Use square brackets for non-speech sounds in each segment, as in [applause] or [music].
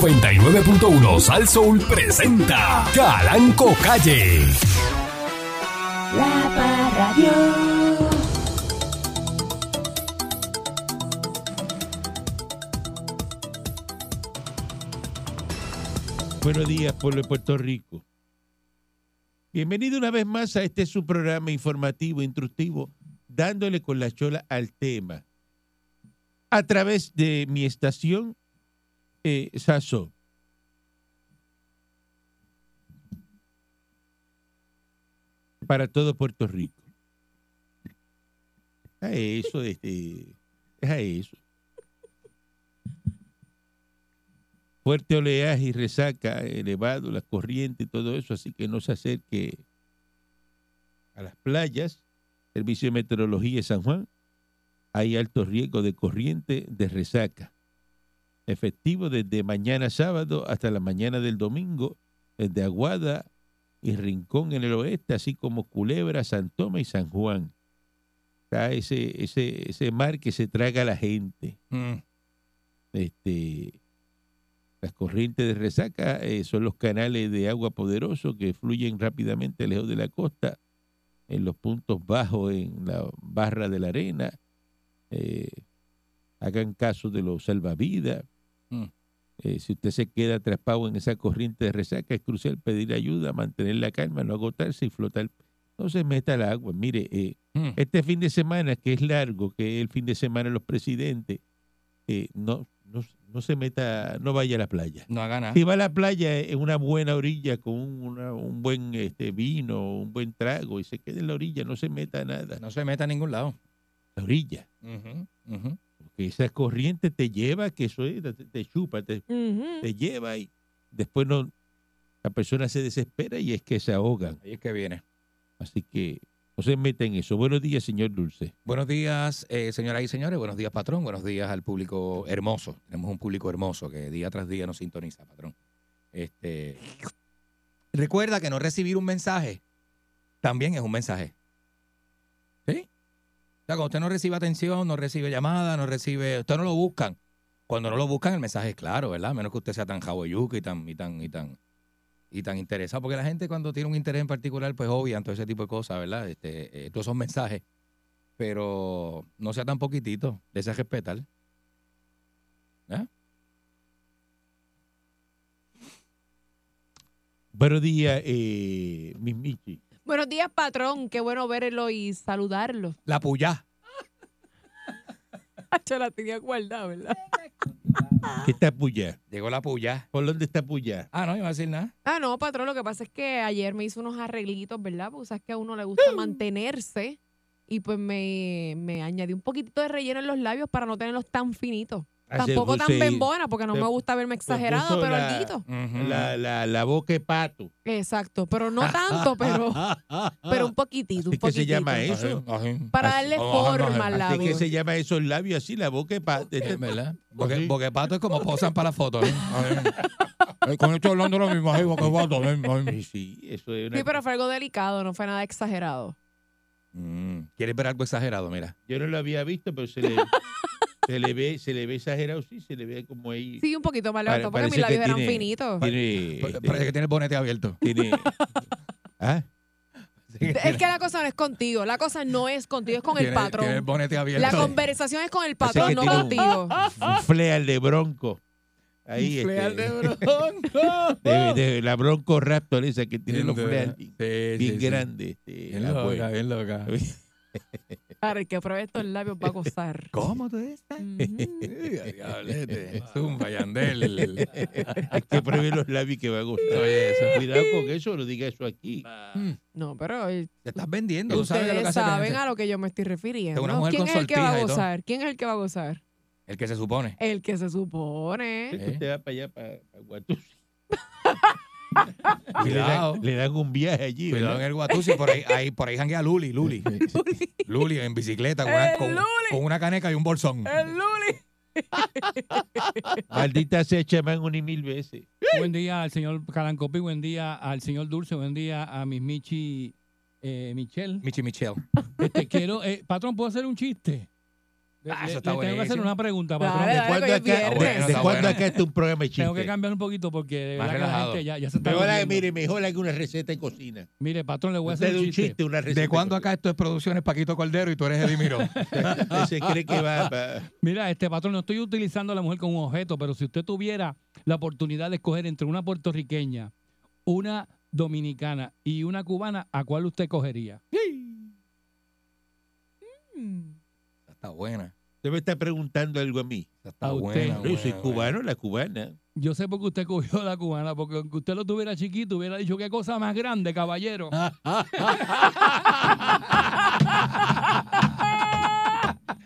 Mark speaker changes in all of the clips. Speaker 1: 99.1 Sal Soul presenta Calanco Calle.
Speaker 2: La Parradio.
Speaker 3: Buenos días, pueblo de Puerto Rico. Bienvenido una vez más a este su programa informativo, instructivo, dándole con la chola al tema. A través de mi estación, eh, Sasso. Para todo Puerto Rico. Deja eso, este, deja eso. fuerte oleaje y resaca elevado, las corrientes y todo eso, así que no se acerque a las playas. Servicio de Meteorología de San Juan, hay alto riesgo de corriente de resaca. Efectivo desde mañana sábado hasta la mañana del domingo, desde Aguada y Rincón en el oeste, así como Culebra, San Toma y San Juan. Está ese, ese, ese mar que se traga a la gente. Este, las corrientes de resaca eh, son los canales de agua poderoso que fluyen rápidamente lejos de la costa, en los puntos bajos, en la barra de la arena. Eh, hagan caso de los salvavidas.
Speaker 4: Mm.
Speaker 3: Eh, si usted se queda atrapado en esa corriente de resaca, es crucial pedir ayuda, mantener la calma, no agotarse y flotar. No se meta al agua. Mire, eh,
Speaker 4: Mm.
Speaker 3: este fin de semana, que es largo, que es el fin de semana de los presidentes, eh, no, no, no se meta, no vaya a la playa.
Speaker 4: No haga nada.
Speaker 3: Si va a la playa eh, en una buena orilla con un- una- un buen este, vino, un buen trago y se quede en la orilla, no se meta a nada.
Speaker 4: No se meta a ningún lado.
Speaker 3: La orilla.
Speaker 4: Ujú, ujú.
Speaker 3: Porque esa corriente te lleva, que eso es, te, te chupa, te,
Speaker 5: Mm.
Speaker 3: te lleva y después no, la persona se desespera y es que se ahogan.
Speaker 4: Ahí es que viene.
Speaker 3: Así que no se meta en eso. Buenos días, señor Dulce.
Speaker 4: Buenos días, eh, señoras y señores. Buenos días, patrón. Buenos días al público hermoso. Tenemos un público hermoso que día tras día nos sintoniza, patrón. Este, recuerda que no recibir un mensaje también es un mensaje. ¿Sí? O sea, cuando usted no recibe atención, no recibe llamada, no recibe... Usted no lo buscan. Cuando no lo buscan, el mensaje es claro, ¿verdad? A menos que usted sea tan jaboyuca y tan, y tan, y tan, y tan interesado. Porque la gente cuando tiene un interés en particular, pues obvian todo ese tipo de cosas, ¿verdad? Este, eh, todos esos mensajes pero no sea tan poquitito, desea respetar. ¿Eh?
Speaker 3: Buenos días, eh, Miss Michi.
Speaker 5: Buenos días, patrón. Qué bueno verlo y saludarlo.
Speaker 4: La puya.
Speaker 5: [laughs] Yo la tenía guardada, ¿verdad? Ah.
Speaker 3: ¿Qué está Puya?
Speaker 4: Llegó la puya.
Speaker 3: ¿Por dónde está Puya?
Speaker 4: Ah, no, iba a decir nada.
Speaker 5: Ah, no, patrón. Lo que pasa es que ayer me hizo unos arreglitos, ¿verdad? Porque sabes que a uno le gusta mantenerse. Y pues me, me añadí un poquitito de relleno en los labios para no tenerlos tan finitos.
Speaker 3: Ah, pues,
Speaker 5: Tampoco tan bembona, porque no
Speaker 3: se-
Speaker 5: me gusta verme exagerado,
Speaker 3: puso
Speaker 5: pero
Speaker 3: la-
Speaker 5: alguito.
Speaker 4: Ujú.
Speaker 3: La, la, la boca de pato.
Speaker 5: Exacto, pero no tanto,
Speaker 3: [laughs]
Speaker 5: pero, [laughs] pero un poquitito, un
Speaker 3: ¿Qué se
Speaker 5: poquitito.
Speaker 3: llama ¿eh? eso?
Speaker 4: Así, así.
Speaker 5: Para darle
Speaker 4: Vamos a bajar,
Speaker 5: forma al
Speaker 4: vamos a
Speaker 3: Así
Speaker 5: labio.
Speaker 3: que se llama esos labios así, la boca este- de pato.
Speaker 4: bajar. Eh,
Speaker 3: [laughs]
Speaker 4: ¿Verdad?
Speaker 3: Así.
Speaker 4: Porque, porque Pato es como posan para la foto. [laughs] ¿eh? Así. Eh, Con esto hablando lo mismo, así, porque Pato, eh, ay.
Speaker 3: Sí, [laughs] sí, eso es una-
Speaker 5: Sí, pero fue algo delicado, no fue nada exagerado.
Speaker 4: Mm, ¿Quieres ver algo exagerado? Mira.
Speaker 3: Yo no lo había visto, pero se
Speaker 4: [laughs]
Speaker 3: le, se le ve, se le ve exagerado, sí, se le ve como ahí.
Speaker 5: Sí, un poquito más
Speaker 3: Pare-
Speaker 5: levantado, porque mis
Speaker 3: parece que
Speaker 5: labios eran
Speaker 3: tiene-
Speaker 5: finitos.
Speaker 4: pues.
Speaker 3: Tiene,
Speaker 4: Pa-
Speaker 3: este,
Speaker 4: Parece que tiene el bonete [laughs] abierto.
Speaker 3: tiene- [laughs] ¿Ah?
Speaker 5: Es que la cosa no es contigo, la cosa no es contigo, es con
Speaker 4: Tiene-
Speaker 5: el
Speaker 4: Tiene el
Speaker 5: patrón.
Speaker 4: bonete abierto.
Speaker 5: La conversación es con el
Speaker 3: Parece que
Speaker 5: patrón, no
Speaker 3: tiene un-
Speaker 5: [laughs] contigo.
Speaker 3: Un fleal de bronco. Ahí
Speaker 4: Ah. Un fleal [laughs]
Speaker 3: este,
Speaker 4: de bronco.
Speaker 3: de- de- la bronco raptor esa que tiene los
Speaker 4: Sí,
Speaker 3: fleas
Speaker 4: sí,
Speaker 3: bien,
Speaker 4: sí.
Speaker 3: bien grandes. este,
Speaker 4: Bien
Speaker 3: la
Speaker 4: loca,
Speaker 3: abuela.
Speaker 4: bien loca.
Speaker 5: Para el que pruebe estos labios va a gozar.
Speaker 4: [laughs] ¿Cómo tú estás?
Speaker 5: Ujú.
Speaker 4: [laughs] Diablete. Zumba, Yandel.
Speaker 3: [laughs] Hay que pruebe los labios que va a gustar.
Speaker 4: Oye, eso.
Speaker 3: Cuidado con eso, no diga eso aquí.
Speaker 4: Ah.
Speaker 5: No, pero eh,
Speaker 4: Te estás vendiendo. Tú sabes de lo que
Speaker 5: ustedes
Speaker 4: hace la
Speaker 5: saben
Speaker 4: gente.
Speaker 5: a lo que yo me estoy
Speaker 4: Es una
Speaker 5: refiriendo.
Speaker 4: mujer
Speaker 5: ¿Quién
Speaker 4: con
Speaker 5: es el que va a
Speaker 4: sortija y todo.
Speaker 5: gozar? ¿Quién es el que va a gozar?
Speaker 4: El que se
Speaker 5: [laughs]
Speaker 4: supone.
Speaker 5: El que se
Speaker 3: Es
Speaker 5: supone.
Speaker 3: que Usted va para allá, para, para Guatusi.
Speaker 5: Ah,
Speaker 3: Y le,
Speaker 4: Ah, Cuidado.
Speaker 3: dan, le dan un viaje allí.
Speaker 4: Cuidado en
Speaker 3: ¿verdad?
Speaker 4: el Guatusi. Por ahí, ahí, por ahí janguea Luli, Luli. Luli en bicicleta con una,
Speaker 5: El
Speaker 4: con,
Speaker 5: Luli.
Speaker 4: con una caneca y un bolsón.
Speaker 5: El Luli.
Speaker 3: [laughs] Maldita sea, chamán, un y mil veces.
Speaker 6: Buen día al señor Calancopi, buen día al señor Dulce, buen día a mis Michi eh, Michelle.
Speaker 4: Michi Michelle.
Speaker 6: Este, quiero, eh, patrón, ¿puedo hacer un chiste? Le-
Speaker 4: Ah, eso
Speaker 6: le- le
Speaker 4: está
Speaker 6: tengo que hacer
Speaker 4: buenísimo.
Speaker 6: una pregunta,
Speaker 5: Dale,
Speaker 6: patrón.
Speaker 5: dale,
Speaker 3: ¿Cuándo
Speaker 5: que hoy
Speaker 3: acá,
Speaker 5: es viernes.
Speaker 3: de-
Speaker 4: Bueno,
Speaker 3: ¿de
Speaker 4: está
Speaker 3: cuándo
Speaker 4: buena.
Speaker 3: acá este es un programa de chiste?
Speaker 6: Tengo que cambiar un poquito porque de
Speaker 4: Más
Speaker 6: verdad que la
Speaker 4: relajado.
Speaker 6: gente ya, ya se está.
Speaker 3: Mejor, haga-
Speaker 6: durmiendo.
Speaker 3: mire, mejor haga una receta de cocina.
Speaker 6: Mire, patrón, le voy a
Speaker 3: Usted
Speaker 6: hacer
Speaker 3: de
Speaker 6: un chiste.
Speaker 3: una receta.
Speaker 4: ¿De cuándo acá
Speaker 3: cocina.
Speaker 4: esto es Producciones Paquito Cordero y tú eres [laughs] Edimiro?
Speaker 3: [laughs] Usted se cree que va va-
Speaker 6: Mira, este patrón, no estoy utilizando a la mujer como un objeto, pero si usted tuviera la oportunidad de escoger entre una puertorriqueña, una dominicana y una cubana, ¿a cuál usted cogería?
Speaker 5: Mm.
Speaker 4: está buena.
Speaker 3: Usted me está preguntando algo a mí.
Speaker 4: Está
Speaker 6: A usted.
Speaker 4: buena.
Speaker 3: Yo soy
Speaker 4: buena,
Speaker 3: cubano, la cubana.
Speaker 6: Yo sé por qué usted cogió a la cubana, porque aunque usted lo tuviera chiquito, hubiera dicho qué cosa más grande, caballero.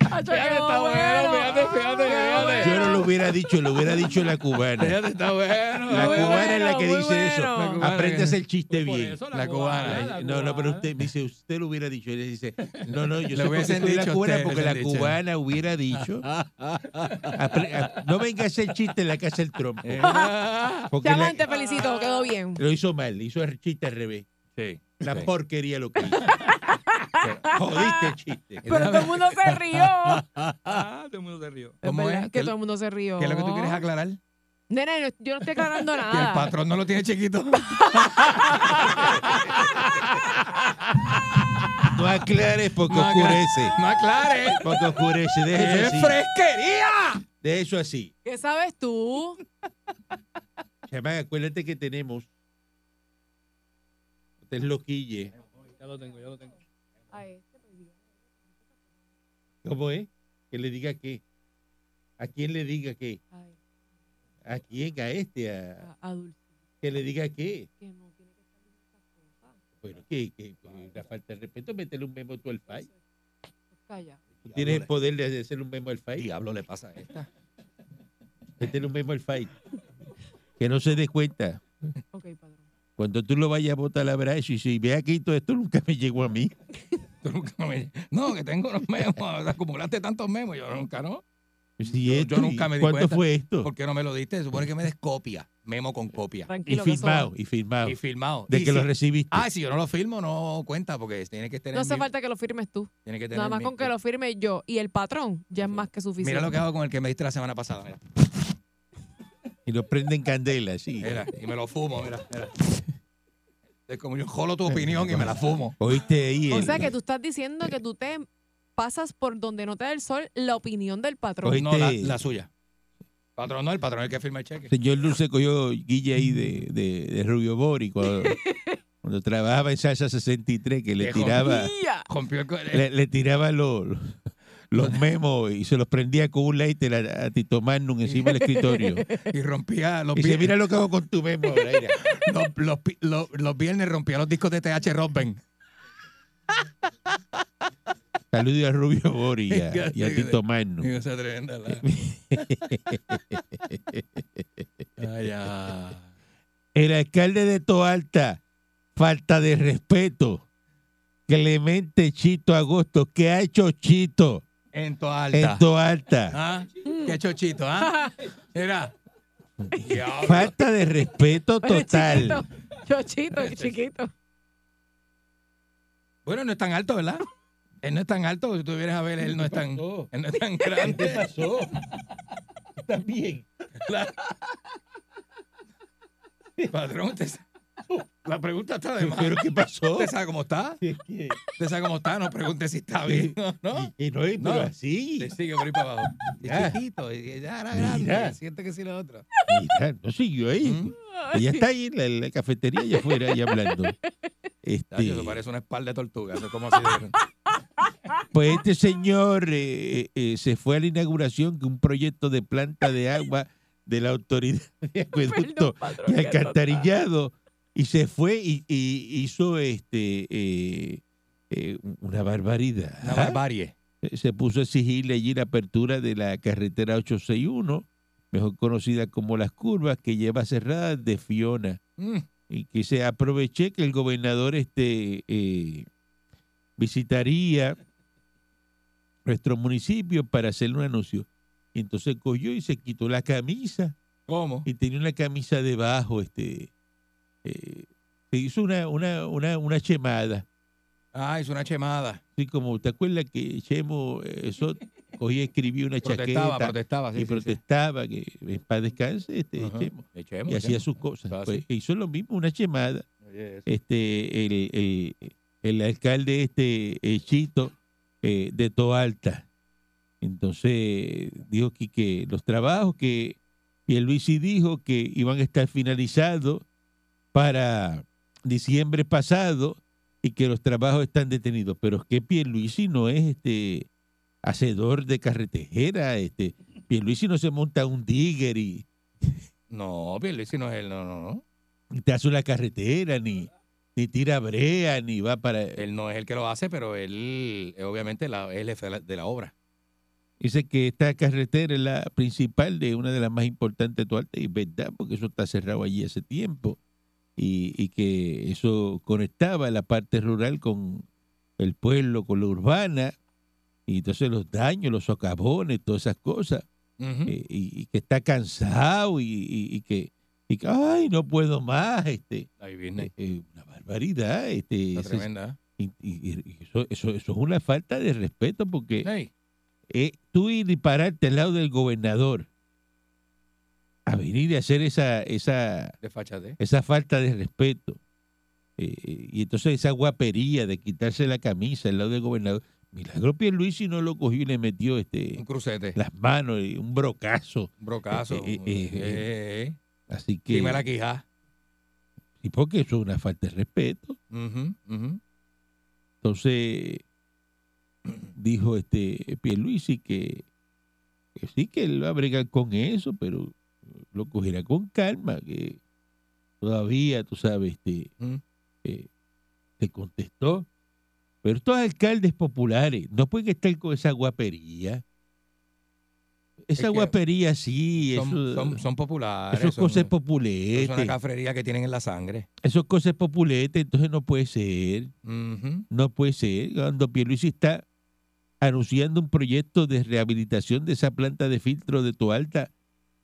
Speaker 5: Ah, yo quedo bueno. Quedo
Speaker 3: Yo no lo hubiera dicho, lo hubiera dicho la cubana.
Speaker 4: está bueno.
Speaker 3: La
Speaker 5: Bueno,
Speaker 3: cubana es la que dice
Speaker 5: bueno.
Speaker 3: eso.
Speaker 4: cubana
Speaker 3: Aprende
Speaker 4: que-
Speaker 3: a hacer chiste
Speaker 6: Por
Speaker 3: bien.
Speaker 6: eso,
Speaker 4: la cubana.
Speaker 3: Ay,
Speaker 6: la
Speaker 3: No, no, pero
Speaker 6: cubana.
Speaker 3: usted me dice, usted lo hubiera dicho. Y le dice, no, no, yo
Speaker 4: Le
Speaker 3: sé por qué
Speaker 4: hubiesen
Speaker 3: escogí la
Speaker 4: dicho
Speaker 3: cubana
Speaker 4: ustedes,
Speaker 3: porque
Speaker 4: le
Speaker 3: la
Speaker 4: hubiesen dicho.
Speaker 3: cubana hubiera [laughs] dicho. apre- a- no venga a hacer chiste en la casa del trompo. Porque la-
Speaker 5: Chamán, te felicito, quedó bien.
Speaker 3: lo hizo mal, hizo el chiste al revés.
Speaker 4: Sí.
Speaker 3: La
Speaker 4: Sí.
Speaker 3: porquería lo que [laughs] hizo. Jodiste el chiste.
Speaker 5: Pero todo el mundo se rió.
Speaker 4: [laughs] Ah, todo el mundo se rió.
Speaker 5: Es
Speaker 4: [laughs] ¿Cómo
Speaker 5: verdad
Speaker 4: es?
Speaker 5: que
Speaker 4: ¿Qué,
Speaker 5: todo el mundo Ah. se rió.
Speaker 4: qué es lo que tú quieres aclarar?
Speaker 5: Nena, yo- yo no estoy
Speaker 4: [laughs]
Speaker 5: aclarando
Speaker 4: Que el
Speaker 5: nada.
Speaker 4: patrón no lo tiene
Speaker 5: [laughs]
Speaker 4: chiquito.
Speaker 3: No aclares porque
Speaker 4: No aclares.
Speaker 3: oscurece.
Speaker 4: No aclares.
Speaker 3: Porque oscurece. Deja
Speaker 4: ¡Qué
Speaker 3: eso así.
Speaker 4: fresquería!
Speaker 3: Deja eso así.
Speaker 5: ¿Qué sabes tú?
Speaker 3: Chamán, acuérdate que tenemos. Usted es loquille.
Speaker 6: Ya lo tengo, ya lo tengo.
Speaker 5: Ay, este
Speaker 3: ¿Cómo es? Que le diga qué. ¿A quién le diga qué?
Speaker 5: ay,
Speaker 3: ¿A quién? ¿A este? ¿A...
Speaker 5: a- a Dulce,
Speaker 3: ¿Que le diga qué?
Speaker 5: que no tiene que estar diciendo esas cosas.
Speaker 3: Bueno, ¿qué? qué? Una falta de respeto, métele un memo tú al FAI.
Speaker 5: Pues Calla.
Speaker 3: Tú tienes el poder de hacerle un memo al FAI.
Speaker 4: Diablo le pasa a esta.
Speaker 3: Métele un memo al FAI. Que no se dé cuenta.
Speaker 5: Ok, padrón.
Speaker 3: Cuando tú lo vayas a votar la brazo y si ve aquí todo esto nunca me llegó a mí.
Speaker 4: Tú nunca me- No, que tengo los memos. [laughs] Acumulaste tantos memos. Yo nunca, ¿no?
Speaker 3: Si
Speaker 4: Yo- yo
Speaker 3: esto, ¿y
Speaker 4: nunca me di
Speaker 3: ¿Cuánto
Speaker 4: cuenta.
Speaker 3: fue esto?
Speaker 4: ¿Por qué no me lo diste? Se supone que me des copia. Memo con copia.
Speaker 3: Y
Speaker 5: [laughs] Tranquilo. que eso va.
Speaker 3: firmado, y firmado.
Speaker 4: Y firmado.
Speaker 3: De
Speaker 4: Y
Speaker 3: que lo
Speaker 4: si-
Speaker 3: recibiste.
Speaker 4: Ah, si yo no lo firmo, no cuenta porque tiene que tener.
Speaker 5: No hace
Speaker 4: mi-
Speaker 5: falta que lo firmes tú.
Speaker 4: Tiene que tener
Speaker 5: Nada más
Speaker 4: mi-
Speaker 5: con que lo firme yo y el patrón ya es más que suficiente.
Speaker 4: Mira lo que hago con el que me diste la semana pasada. Mira,
Speaker 3: Y lo prenden candela, sí.
Speaker 4: mira, y me lo fumo. Mira, mira. Es como yo jolo tu opinión y me la fumo.
Speaker 3: Oíste ahí.
Speaker 5: O
Speaker 3: el-
Speaker 5: sea que tú estás diciendo que tú te pasas por donde no te da el sol la opinión del patrón.
Speaker 3: Oye.
Speaker 4: No, la,
Speaker 3: Este-
Speaker 4: la suya. Patrón, no, el patrón es el que firma el cheque.
Speaker 3: Señor Dulce cogió Guille ahí de, de, de Rubio Bori cuando, cuando trabajaba en Salsa 63, que le
Speaker 4: Qué joder.
Speaker 3: tiraba,
Speaker 5: Ya.
Speaker 4: Rompió el co-
Speaker 3: le, le tiraba los, los memos y se los prendía con un lighter a, a Tito Magnum encima del escritorio.
Speaker 4: [laughs] y rompía los
Speaker 3: Y dice,
Speaker 4: viernes.
Speaker 3: mira lo que hago con tu memo ahora, mira".
Speaker 4: [laughs] los, los pi- los- los viernes rompía los discos de TH Robben.
Speaker 3: Saludos a Rubio Bori y a, y a Tito Magnum.
Speaker 4: Y esa
Speaker 3: [laughs]
Speaker 4: tremenda la- Ay, ya.
Speaker 3: El alcalde de Toalta, falta de respeto. Clemente Chito Agosto, ¿qué ha hecho Chito
Speaker 4: En toda
Speaker 3: en
Speaker 4: alta.
Speaker 3: Toalta?
Speaker 4: ¿Ah? Qué chochito, [laughs] ¿ah? Mira. Diablo.
Speaker 3: Falta de respeto
Speaker 5: Oye,
Speaker 3: total.
Speaker 5: chiquito. Chochito, chiquito.
Speaker 4: Bueno, no es tan alto, ¿verdad? Él no es tan alto, si tú vienes a ver, él no es tan,
Speaker 3: pasó?
Speaker 4: él no es tan grande.
Speaker 3: pasó? ¿Estás bien?
Speaker 4: Patrón, usted sa- la pregunta está de más.
Speaker 3: ¿Pero qué pasó?
Speaker 4: ¿Usted sabe
Speaker 3: [laughs]
Speaker 4: cómo está?
Speaker 3: Sí, que-
Speaker 4: ¿Usted sabe cómo está? No pregunte si está bien o no.
Speaker 3: Y no es, pero
Speaker 4: No.
Speaker 3: así.
Speaker 4: Le sigue por ahí para abajo. Es
Speaker 3: Ya.
Speaker 4: chiquito, [laughs] y ya era
Speaker 3: Mira.
Speaker 4: grande. Siente que sí la otra.
Speaker 3: Mira, ah, no siguió ahí.
Speaker 4: Mm.
Speaker 3: Ella está ahí en la, en la cafetería allá afuera, ahí hablando.
Speaker 4: Tacho,
Speaker 3: Este,
Speaker 4: Eso parece una espalda de tortuga. Eso es como así de...
Speaker 3: pues este señor eh, eh, se fue a la inauguración de un proyecto de planta de agua de la autoridad [laughs] de acueducto y alcantarillado y se fue y, y hizo este eh, eh, una barbaridad.
Speaker 4: Una barbarie.
Speaker 3: Eh, se puso a exigirle allí la apertura de la carretera 861, mejor conocida como Las Curvas, que lleva cerrada de Fiona.
Speaker 4: Mm.
Speaker 3: Y que se aproveché que el gobernador este, eh, visitaría nuestro municipio para hacerle un anuncio. Y entonces cogió y se quitó la camisa
Speaker 4: ¿Cómo?
Speaker 3: y tenía una camisa debajo. Este, eh, se hizo una, una, una, una chemada.
Speaker 4: Ah, hizo una chemada.
Speaker 3: Así como, ¿te acuerdas que Chemo eh, Sot- cogí y escribí una
Speaker 4: Protestaba,
Speaker 3: chaqueta
Speaker 4: protestaba. sí,
Speaker 3: y
Speaker 4: sí, sí.
Speaker 3: protestaba que en paz descanse este,
Speaker 4: Ajá.
Speaker 3: Chemo,
Speaker 4: De Chemo,
Speaker 3: y hacía
Speaker 4: Chemo.
Speaker 3: sus cosas.
Speaker 4: Eso es
Speaker 3: Pues,
Speaker 4: así.
Speaker 3: hizo lo mismo, una chemada.
Speaker 4: Oye, eso.
Speaker 3: Este, el, el, el alcalde este eh, Chito eh, de Toalta. Entonces dijo que, que los trabajos que Pierluisi dijo que iban a estar finalizados para diciembre pasado y que los trabajos están detenidos. Pero es que Pierluisi no es este hacedor de carretera, este Pierluisi no se monta un digger y,
Speaker 4: No, Pierluisi no es él, no, no, no.
Speaker 3: ni te hace una carretera, ni, ni tira brea, ni va para...
Speaker 4: Él no es el que lo hace, pero él eh, obviamente la, es el jefe de la- de la obra.
Speaker 3: Dice que esta carretera es la principal de una de las más importantes de Tuarte, y es verdad, porque eso está cerrado allí hace tiempo, y, y que eso conectaba la parte rural con el pueblo, con la urbana, y entonces los daños, los socavones, todas esas cosas,
Speaker 4: Ujú.
Speaker 3: eh, y, y que está cansado y, y- y que, y que, ay, no puedo más, este,
Speaker 4: Ahí viene.
Speaker 3: eh, eh, una barbaridad, este,
Speaker 4: Está
Speaker 3: ese-
Speaker 4: tremenda.
Speaker 3: Y, y- y eso, eso, eso es una falta de respeto porque
Speaker 4: Ey,
Speaker 3: eh, tú ir y pararte al lado del gobernador a venir y hacer esa, esa,
Speaker 4: desfáchate.
Speaker 3: esa falta de respeto eh, eh, y entonces esa guapería de quitarse la camisa al lado del gobernador. Milagro Pierluisi no lo cogió y le metió
Speaker 4: Un
Speaker 3: este,
Speaker 4: crucete.
Speaker 3: las manos y un brocazo.
Speaker 4: Un brocazo.
Speaker 3: Eh, eh, eh,
Speaker 4: Eh, eh, eh.
Speaker 3: Así que,
Speaker 4: Dime la quijá.
Speaker 3: y porque eso es una falta de respeto.
Speaker 4: Ujú, ujú.
Speaker 3: Entonces dijo este Pierluisi que, que sí que él va a bregar con eso, pero lo cogerá con calma, que todavía, tú sabes, este,
Speaker 4: Mm.
Speaker 3: eh, te contestó. Pero estos alcaldes populares no pueden estar con esa guapería. Esa
Speaker 4: que
Speaker 3: guapería sí,
Speaker 4: Son,
Speaker 3: eso,
Speaker 4: son- son populares.
Speaker 3: eso es
Speaker 4: son-
Speaker 3: cosas
Speaker 4: eso Es una
Speaker 3: populetes,
Speaker 4: cafrería que tienen en la sangre.
Speaker 3: eso es cosas populetes, entonces no puede ser.
Speaker 4: Ujú.
Speaker 3: No puede ser. Cuando Pierluisi está anunciando un proyecto de rehabilitación de esa planta de filtro de Toalta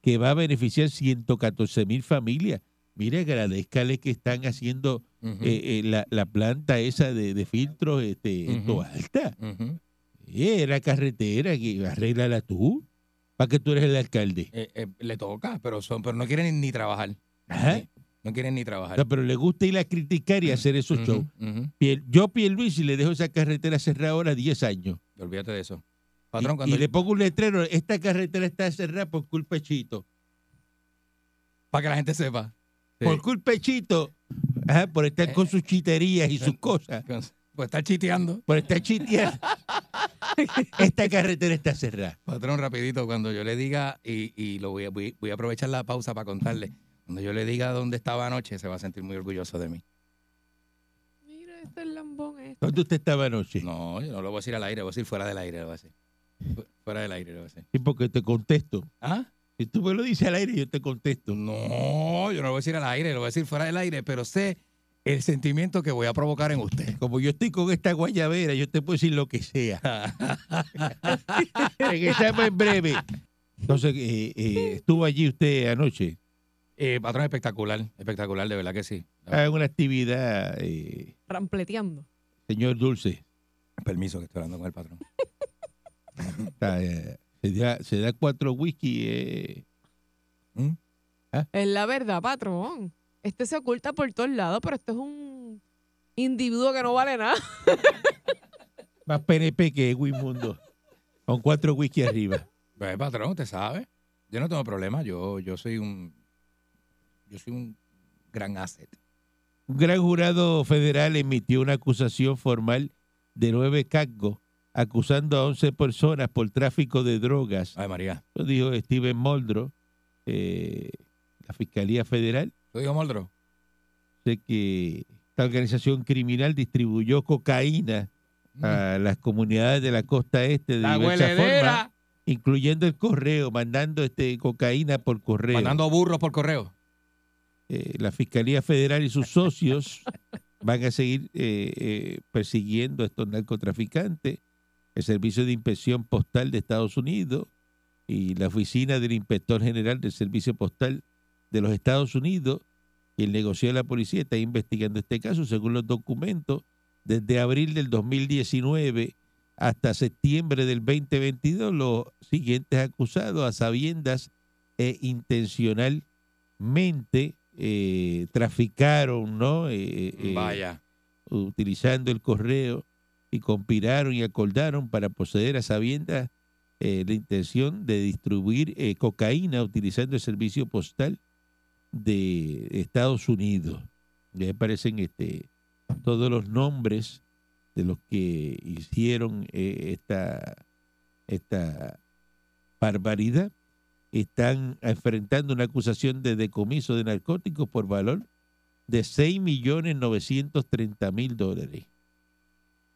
Speaker 3: que va a beneficiar 114 mil familias. Mire, agradezcale que están haciendo
Speaker 4: Ujú,
Speaker 3: eh, eh, la, la planta esa de, de filtros este, en
Speaker 4: Ujú.
Speaker 3: Toalta.
Speaker 4: ujú.
Speaker 3: Eh, Era carretera, que arréglala tú, para que tú eres el alcalde.
Speaker 4: Eh, eh, le toca, pero son, pero no quieren ni trabajar.
Speaker 3: Ajá.
Speaker 4: Sí, No quieren ni trabajar.
Speaker 3: No, pero le gusta ir a criticar y hacer esos
Speaker 4: Ujú,
Speaker 3: shows.
Speaker 4: ujú.
Speaker 3: Pier- Yo, Pierluisi, le dejo esa carretera cerrada ahora 10 años.
Speaker 4: Olvídate de eso. Patrón,
Speaker 3: y,
Speaker 4: cuando
Speaker 3: y le pongo un letrero, esta carretera está cerrada por culpa de Chito.
Speaker 4: para que la gente sepa. Sí. Eh.
Speaker 3: Por culpa de Chito, ajá, por estar con sus chiterías y sus cosas,
Speaker 4: Pues está chiteando.
Speaker 3: por estar
Speaker 4: [laughs]
Speaker 3: chiteando. esta carretera está cerrada.
Speaker 4: Patrón, rapidito, cuando yo le diga, y, y lo voy a, voy- voy a aprovechar la pausa para contarle, cuando yo le diga dónde estaba anoche, se va a sentir muy orgulloso de mí.
Speaker 5: Mira, este es el lambón este.
Speaker 3: ¿Dónde usted estaba anoche?
Speaker 4: No, yo no lo voy a decir al aire, lo voy a decir fuera del aire, lo voy a decir. Fu- Fuera del aire, lo voy a decir.
Speaker 3: Sí, porque te contesto.
Speaker 4: ¿Ah?
Speaker 3: Si tú me lo dices al aire, yo te contesto.
Speaker 4: No, yo no lo voy a decir al aire, lo voy a decir fuera del aire, pero sé el sentimiento que voy a provocar en usted.
Speaker 3: Como yo estoy con esta guayabera, yo te puedo decir lo que sea.
Speaker 4: [laughs]
Speaker 3: Regresamos en breve. Entonces, eh, eh, estuvo allí usted anoche.
Speaker 4: Eh, patrón, espectacular, espectacular, de verdad que sí.
Speaker 3: Haga una actividad, eh,
Speaker 5: Rampleteando.
Speaker 3: señor Dulce.
Speaker 4: Eh, Permiso que estoy hablando con el patrón.
Speaker 3: Está, eh, se, da, se da cuatro whisky. eh.
Speaker 4: ¿Mm?
Speaker 5: Es la verdad, patrón. Este se oculta por todos lados, pero este es un individuo que no vale nada. [laughs]
Speaker 3: Más PNP que Wimundo. Con cuatro whisky arriba.
Speaker 4: Pues, patrón, usted sabe. Yo no tengo problema, yo, yo soy un. Yo soy un gran asset.
Speaker 3: Un gran jurado federal emitió una acusación formal de nueve cargos acusando a 11 personas por tráfico de drogas.
Speaker 4: Ay, María.
Speaker 3: Lo dijo Steven Moldro, eh, la Fiscalía Federal.
Speaker 4: ¿Lo digo Moldro?
Speaker 3: Sé que esta organización criminal distribuyó cocaína a las comunidades de la costa este de diversas formas. incluyendo el correo, mandando este cocaína por correo.
Speaker 4: Mandando burros por correo.
Speaker 3: Eh, la Fiscalía Federal y sus socios van a seguir eh, eh, persiguiendo a estos narcotraficantes, el Servicio de Inspección Postal de Estados Unidos y la Oficina del Inspector General del Servicio Postal de los Estados Unidos y el negocio de la policía está investigando este caso según los documentos. Desde abril del 2019 hasta septiembre del 2022 los siguientes acusados a sabiendas e intencionalmente eh, traficaron, ¿no? Eh, eh,
Speaker 4: Vaya.
Speaker 3: utilizando el correo y conspiraron y acordaron para poseer a sabiendas eh, la intención de distribuir eh, cocaína utilizando el servicio postal de Estados Unidos. Ya aparecen este, todos los nombres de los que hicieron eh, esta, esta barbaridad. Están enfrentando una acusación de decomiso de narcóticos por valor de 6.930.000 dólares.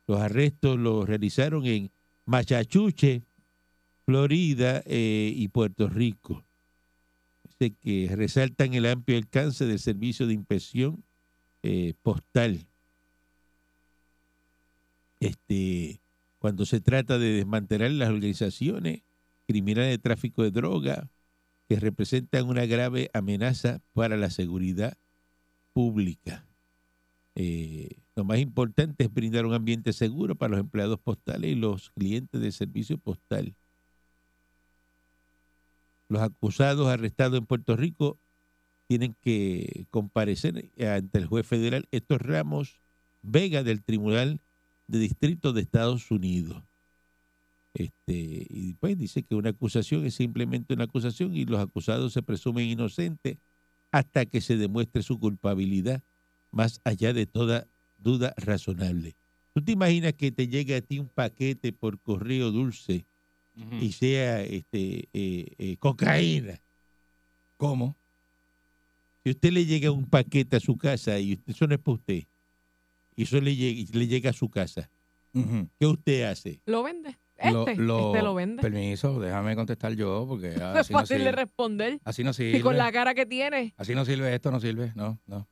Speaker 3: Los arrestos los realizaron en Machachuche, Florida eh, y Puerto Rico. Dice que resaltan el amplio alcance del servicio de inspección eh, postal. Este, cuando se trata de desmantelar las organizaciones criminales de tráfico de droga que representan una grave amenaza para la seguridad pública. Eh, lo más importante es brindar un ambiente seguro para los empleados postales y los clientes del servicio postal. Los acusados arrestados en Puerto Rico tienen que comparecer ante el juez federal Estos Ramos Vega del Tribunal de Distrito de Estados Unidos. Este, y pues dice que una acusación es simplemente una acusación y los acusados se presumen inocentes hasta que se demuestre su culpabilidad, más allá de toda duda razonable. ¿Tú te imaginas que te llegue a ti un paquete por correo dulce
Speaker 4: Ujú.
Speaker 3: y sea este, eh, eh, cocaína?
Speaker 4: ¿Cómo?
Speaker 3: Si usted le llega un paquete a su casa y usted- eso no es para usted, y eso le, llega- y le llega a su casa,
Speaker 4: Ujú.
Speaker 3: ¿qué usted hace?
Speaker 5: ¿Lo vende? Este, este lo vende.
Speaker 4: Permiso, déjame contestar yo
Speaker 5: [laughs]
Speaker 4: porque
Speaker 5: es
Speaker 4: así no
Speaker 5: fácil de
Speaker 4: sirve.
Speaker 5: responder.
Speaker 4: Así no
Speaker 5: Y con la
Speaker 4: sirve.
Speaker 5: cara que tiene. [laughs]
Speaker 4: Así no sirve esto, no sirve. No, no.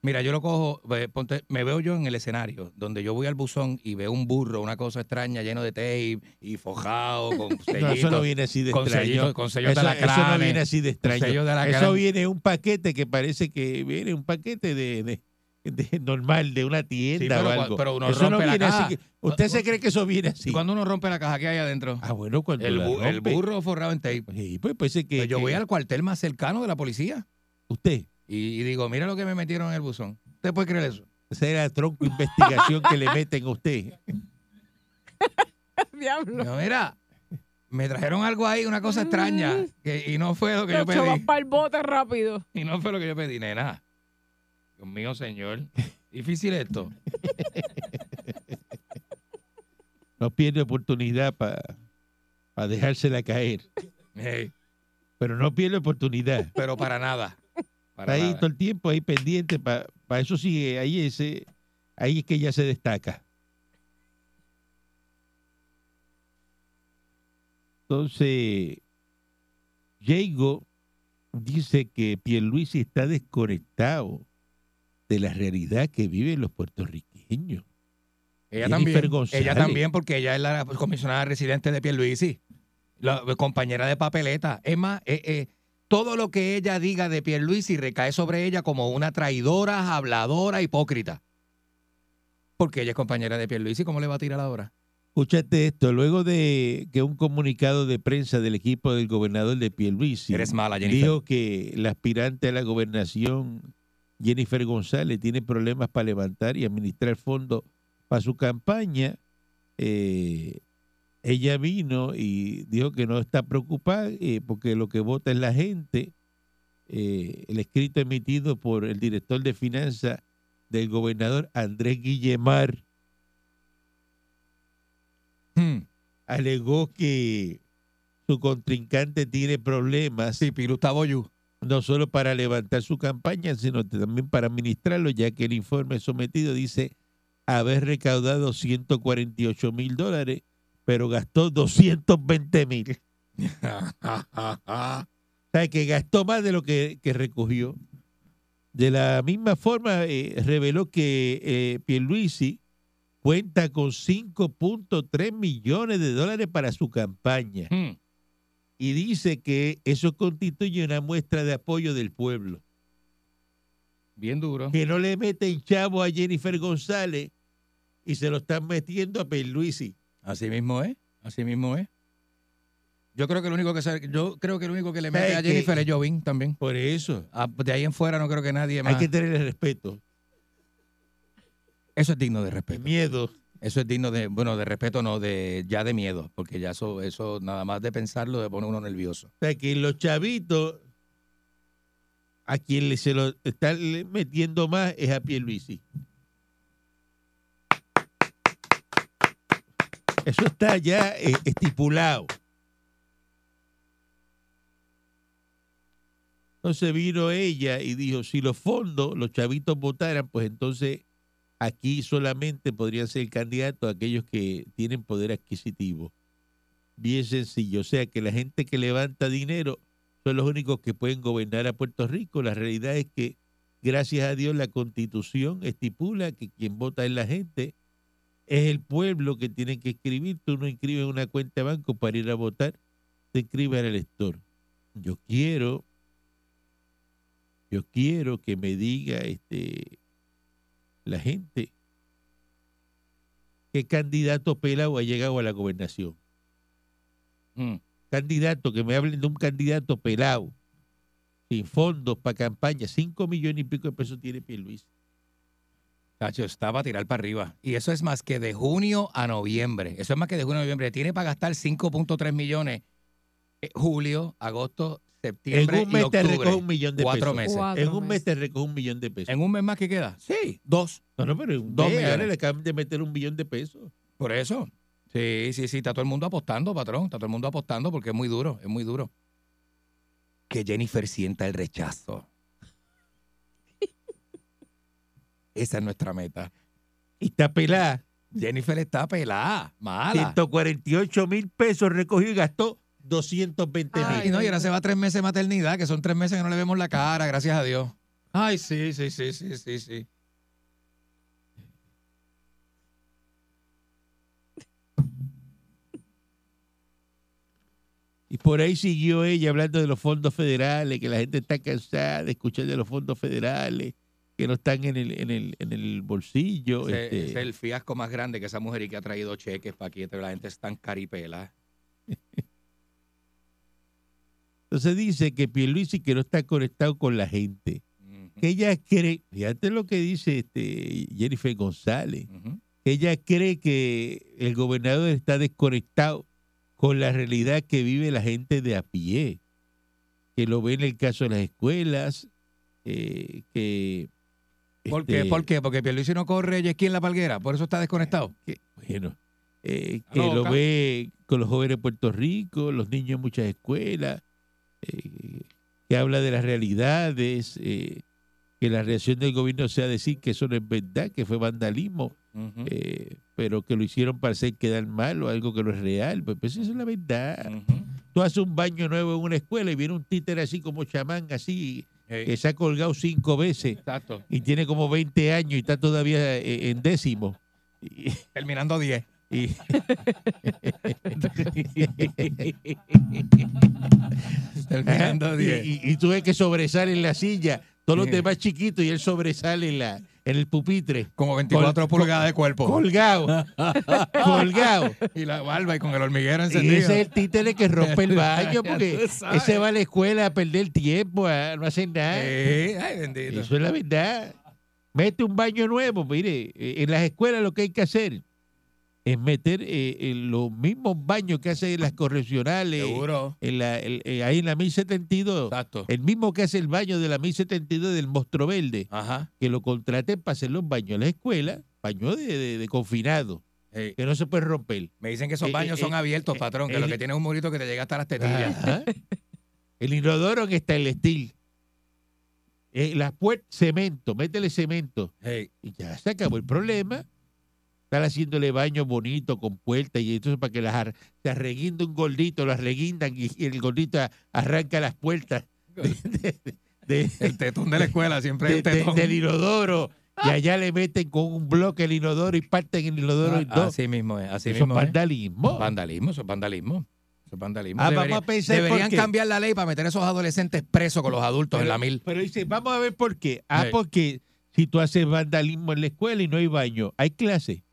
Speaker 4: Mira, yo lo cojo, eh, ponte- me veo yo en el escenario donde yo voy al buzón y veo un burro, una cosa extraña lleno de tape
Speaker 3: [laughs]
Speaker 4: y fojado
Speaker 3: No,
Speaker 4: con
Speaker 3: eso no
Speaker 4: sellitos.
Speaker 3: viene así de
Speaker 4: con
Speaker 3: extraño.
Speaker 4: sellitos- con sellos de
Speaker 3: Eso- eso no
Speaker 4: alacranes,
Speaker 3: viene así de extraño.
Speaker 4: sellos de alacranes.
Speaker 3: Eso viene un paquete que parece que viene un paquete de, de- de normal, de una tienda
Speaker 4: Sí, pero
Speaker 3: o
Speaker 4: cua-
Speaker 3: algo.
Speaker 4: pero uno
Speaker 3: eso no
Speaker 4: rompe la
Speaker 3: viene así.
Speaker 4: caja.
Speaker 3: que- ¿Usted se cree que eso viene así?
Speaker 4: Y cuando uno rompe la caja que hay adentro,
Speaker 3: Ah, bueno, cuando
Speaker 4: el,
Speaker 3: la
Speaker 4: bu- el
Speaker 3: rompe.
Speaker 4: burro forrado en tape.
Speaker 3: Sí, pues parece que,
Speaker 4: Pues yo
Speaker 3: que
Speaker 4: voy al cuartel más cercano de la policía
Speaker 3: usted.
Speaker 4: y, y digo, mira lo que me metieron en el buzón. ¿Usted puede creer eso?
Speaker 3: Esa era la tronco investigación que le meten a usted.
Speaker 5: Diablo.
Speaker 4: No, mira, me trajeron algo ahí, una cosa extraña, que- y no fue lo que yo
Speaker 5: Los vas
Speaker 4: pedí.
Speaker 5: para el bote rápido.
Speaker 4: Y no fue lo que yo pedí, nena. Dios mío, señor. Difícil esto.
Speaker 3: No pierde oportunidad para dejársela caer.
Speaker 4: Ey,
Speaker 3: Pero no pierde oportunidad.
Speaker 4: pero para nada.
Speaker 3: Está
Speaker 4: Para
Speaker 3: ahí
Speaker 4: nada.
Speaker 3: todo el tiempo ahí pendiente para eso sigue ahí ese ahí es que ya se destaca entonces Jago dice que Pierluisi está desconectado de la realidad que viven los puertorriqueños
Speaker 4: Ella
Speaker 3: Jennifer
Speaker 4: también.
Speaker 3: González.
Speaker 4: Ella también, porque ella es la comisionada residente de Pierluisi. La compañera de papeleta. Es más, eh, eh, todo lo que ella diga de Pierluisi recae sobre ella como una traidora, habladora, hipócrita. Porque ella es compañera de Pierluisi, ¿cómo le va a tirar ahora?
Speaker 3: escúchate esto luego de que un comunicado de prensa del equipo del gobernador de Pierluisi
Speaker 4: Eres mala, Jennifer.
Speaker 3: Dijo que la aspirante a la gobernación, Jennifer González, tiene problemas para levantar y administrar fondos para su campaña. Eh, ella vino y dijo que no está preocupada eh, porque lo que vota es la gente. Eh, el escrito emitido por el director de finanzas del gobernador Andrés Guillemar
Speaker 4: Hmm.
Speaker 3: alegó que su contrincante tiene problemas
Speaker 4: Sí, Pirustavo Yu.
Speaker 3: no solo para levantar su campaña, sino también para administrarlo, ya que el informe sometido dice haber recaudado 148 mil dólares, pero gastó 220 mil. O sea, que gastó más de lo que, que recogió. De la misma forma, eh, reveló que eh, Pierluisi cuenta con 5.3 millones de dólares para su campaña
Speaker 4: Hmm.
Speaker 3: y dice que eso constituye una muestra de apoyo del pueblo.
Speaker 4: Bien duro.
Speaker 3: Que no le meten chavo a Jennifer González y se lo están metiendo a Pierluisi.
Speaker 4: Así mismo es, así mismo es. Yo creo que el único que sabe- yo creo que el único que le
Speaker 3: ¿Sabes
Speaker 4: mete a
Speaker 3: qué?
Speaker 4: Jennifer es Jovin también.
Speaker 3: Por eso.
Speaker 4: Ah, De ahí en fuera no creo que nadie
Speaker 3: Hay
Speaker 4: más.
Speaker 3: que tener el respeto,
Speaker 4: Eso es digno de
Speaker 3: el
Speaker 4: respeto.
Speaker 3: miedo.
Speaker 4: Eso es digno de, bueno, de respeto no, de ya de miedo, porque ya eso, eso nada más de pensarlo de pone uno nervioso.
Speaker 3: O sea, que los chavitos a quien le- se lo están le- metiendo más es a Pierluisi. Eso está ya eh, estipulado. Entonces vino ella y dijo, si los fondos, los chavitos votaran, pues entonces aquí solamente podrían ser candidatos aquellos que tienen poder adquisitivo. Bien sencillo. O sea, que la gente que levanta dinero son los únicos que pueden gobernar a Puerto Rico. La realidad es que, gracias a Dios, la constitución estipula que quien vota es la gente. Es el pueblo que tiene que escribir. Tú no inscribes una cuenta de banco para ir a votar. Te inscribes al elector. Yo quiero, yo quiero que me diga este la gente qué candidato pelado ha llegado a la gobernación
Speaker 4: Mm.
Speaker 3: candidato, que me hablen de un candidato pelado, sin fondos para campaña, 5 millones y pico de pesos tiene Pierluis.
Speaker 4: Tacho, está para tirar para arriba. Y eso es más que de junio a noviembre. Eso es más que de junio a noviembre. Tiene para gastar 5.3 millones eh, julio, agosto,
Speaker 3: En
Speaker 4: septiembre
Speaker 3: un
Speaker 4: y
Speaker 3: mes te
Speaker 4: octubre.
Speaker 3: recoge un millón de
Speaker 4: Cuatro
Speaker 3: pesos.
Speaker 4: meses.
Speaker 5: Cuatro
Speaker 3: En un mes
Speaker 5: meses.
Speaker 3: te recoge un millón de pesos.
Speaker 4: ¿En un mes más que queda? Sí, dos.
Speaker 3: No, no, pero en
Speaker 4: Dos
Speaker 3: dos mes, ahora
Speaker 4: millones.
Speaker 3: le acaban de meter un millón de pesos.
Speaker 4: Por eso. Sí, sí, sí. Está todo el mundo apostando, patrón. Está todo el mundo apostando porque es muy duro, es muy duro. Que Jennifer sienta el rechazo. [laughs] Esa es nuestra meta.
Speaker 3: Y está pelada.
Speaker 4: Jennifer está pelada, mala.
Speaker 3: 148 mil pesos recogió y gastó 220
Speaker 5: Ay,
Speaker 4: Y
Speaker 3: mil.
Speaker 4: no, y ahora se va a tres meses de maternidad, que son tres meses que no le vemos la cara, gracias a Dios. Ay, sí, sí, sí, sí, sí, sí.
Speaker 3: Y por ahí siguió ella hablando de los fondos federales, que la gente está cansada de escuchar de los fondos federales, que no están en el, en el, en el bolsillo.
Speaker 4: Ese-
Speaker 3: este.
Speaker 4: ese es el fiasco más grande que esa mujer y que ha traído cheques para aquí, pero la gente es tan caripela.
Speaker 3: Entonces dice que Pierluisi que no está conectado con la gente. Que ella cree, fíjate lo que dice este Jennifer González,
Speaker 4: Ujú.
Speaker 3: que ella cree que el gobernador está desconectado con la realidad que vive la gente de a pie, que lo ve en el caso de las escuelas, eh, que...
Speaker 4: ¿Por
Speaker 3: este,
Speaker 4: qué? ¿Por qué? Porque Pierluisi no corre y esquí en la palguera, por eso está desconectado.
Speaker 3: que, bueno, eh,
Speaker 4: A
Speaker 3: que
Speaker 4: la
Speaker 3: lo
Speaker 4: boca.
Speaker 3: ve con los jóvenes de Puerto Rico, los niños en muchas escuelas, eh, que habla de las realidades, eh, que la reacción del gobierno sea decir que eso no es verdad, que fue vandalismo,
Speaker 4: Ujú.
Speaker 3: eh, pero que lo hicieron para hacer quedar mal o algo que no es real. Pues, pues eso es la verdad.
Speaker 4: Ujú.
Speaker 3: Tú haces un baño nuevo en una escuela y viene un títere así como chamán, así,
Speaker 4: Ey,
Speaker 3: que se ha colgado cinco veces
Speaker 4: Exacto.
Speaker 3: y tiene como 20 años y está todavía eh, en décimo. Y- [laughs]
Speaker 4: Terminando 10. [laughs]
Speaker 3: y- [laughs]
Speaker 4: Terminando
Speaker 3: y,
Speaker 4: 10.
Speaker 3: y- y tú ves que sobresale en la silla, todos los
Speaker 4: Sí.
Speaker 3: demás chiquitos y él sobresale en, la, en el pupitre,
Speaker 4: Como 24
Speaker 3: Col-
Speaker 4: pulgadas de cuerpo.
Speaker 3: colgado, colgado.
Speaker 4: [laughs] y la barba y con el hormiguero
Speaker 3: Y
Speaker 4: encendido.
Speaker 3: ese es el títere que rompe el baño
Speaker 4: [laughs] Ya
Speaker 3: porque
Speaker 4: tú sabes. Eh,
Speaker 3: ese va a la escuela a perder tiempo, a no hacer nada.
Speaker 4: Ey, ay, bendito.
Speaker 3: ¿Eh? Eso es la verdad. Mete un baño nuevo, mire, eh, en las escuelas lo que hay que hacer es meter eh, eh, los mismos baños que hacen las correccionales,
Speaker 4: Seguro. Eh,
Speaker 3: en la, el- eh, ahí en la 1072,
Speaker 4: Exacto.
Speaker 3: el mismo que hace el baño de la 1072 del Mostro Verde,
Speaker 4: Ajá.
Speaker 3: que lo contraten para hacer los baños en la escuela, baño de, de- de confinado,
Speaker 4: Ey.
Speaker 3: que no se puede romper.
Speaker 4: Eh, Me dicen que esos
Speaker 3: Eh,
Speaker 4: baños
Speaker 3: eh,
Speaker 4: son
Speaker 3: eh, Ah.
Speaker 4: abiertos, patrón, que lo
Speaker 3: el-
Speaker 4: que tiene es un murito que te llega hasta las tetillas.
Speaker 3: Ajá. [laughs] El inodoro que está en el estilo. Eh, las puertas, cemento, métele cemento.
Speaker 4: Ey,
Speaker 3: Y ya se acabó el problema. Están haciéndole baños bonitos con puertas y entonces para que las ar- se arreguinde un gordito, las reguindan y, y el gordito a- arranca las puertas de- de- de-
Speaker 4: el tetón de la escuela, siempre hay
Speaker 3: de-
Speaker 4: un
Speaker 3: de-
Speaker 4: tetón.
Speaker 3: del inodoro.
Speaker 4: Ah.
Speaker 3: Y allá le meten con un bloque el inodoro y parten el inodoro en
Speaker 4: Ah,
Speaker 3: dos.
Speaker 4: así mismo es, así
Speaker 3: Eso es
Speaker 4: mismo ¿eh? es.
Speaker 3: vandalismo.
Speaker 4: Vandalismo, eso es vandalismo. Eso es vandalismo.
Speaker 3: Ah,
Speaker 4: Debería-
Speaker 3: vamos a pensar por
Speaker 4: deberían
Speaker 3: qué.
Speaker 4: cambiar la ley para meter a esos adolescentes presos con los adultos en la mil.
Speaker 3: Pero dice, vamos a ver por qué. Ah,
Speaker 4: Sí.
Speaker 3: porque si tú haces vandalismo en la escuela y no hay baño, hay clase.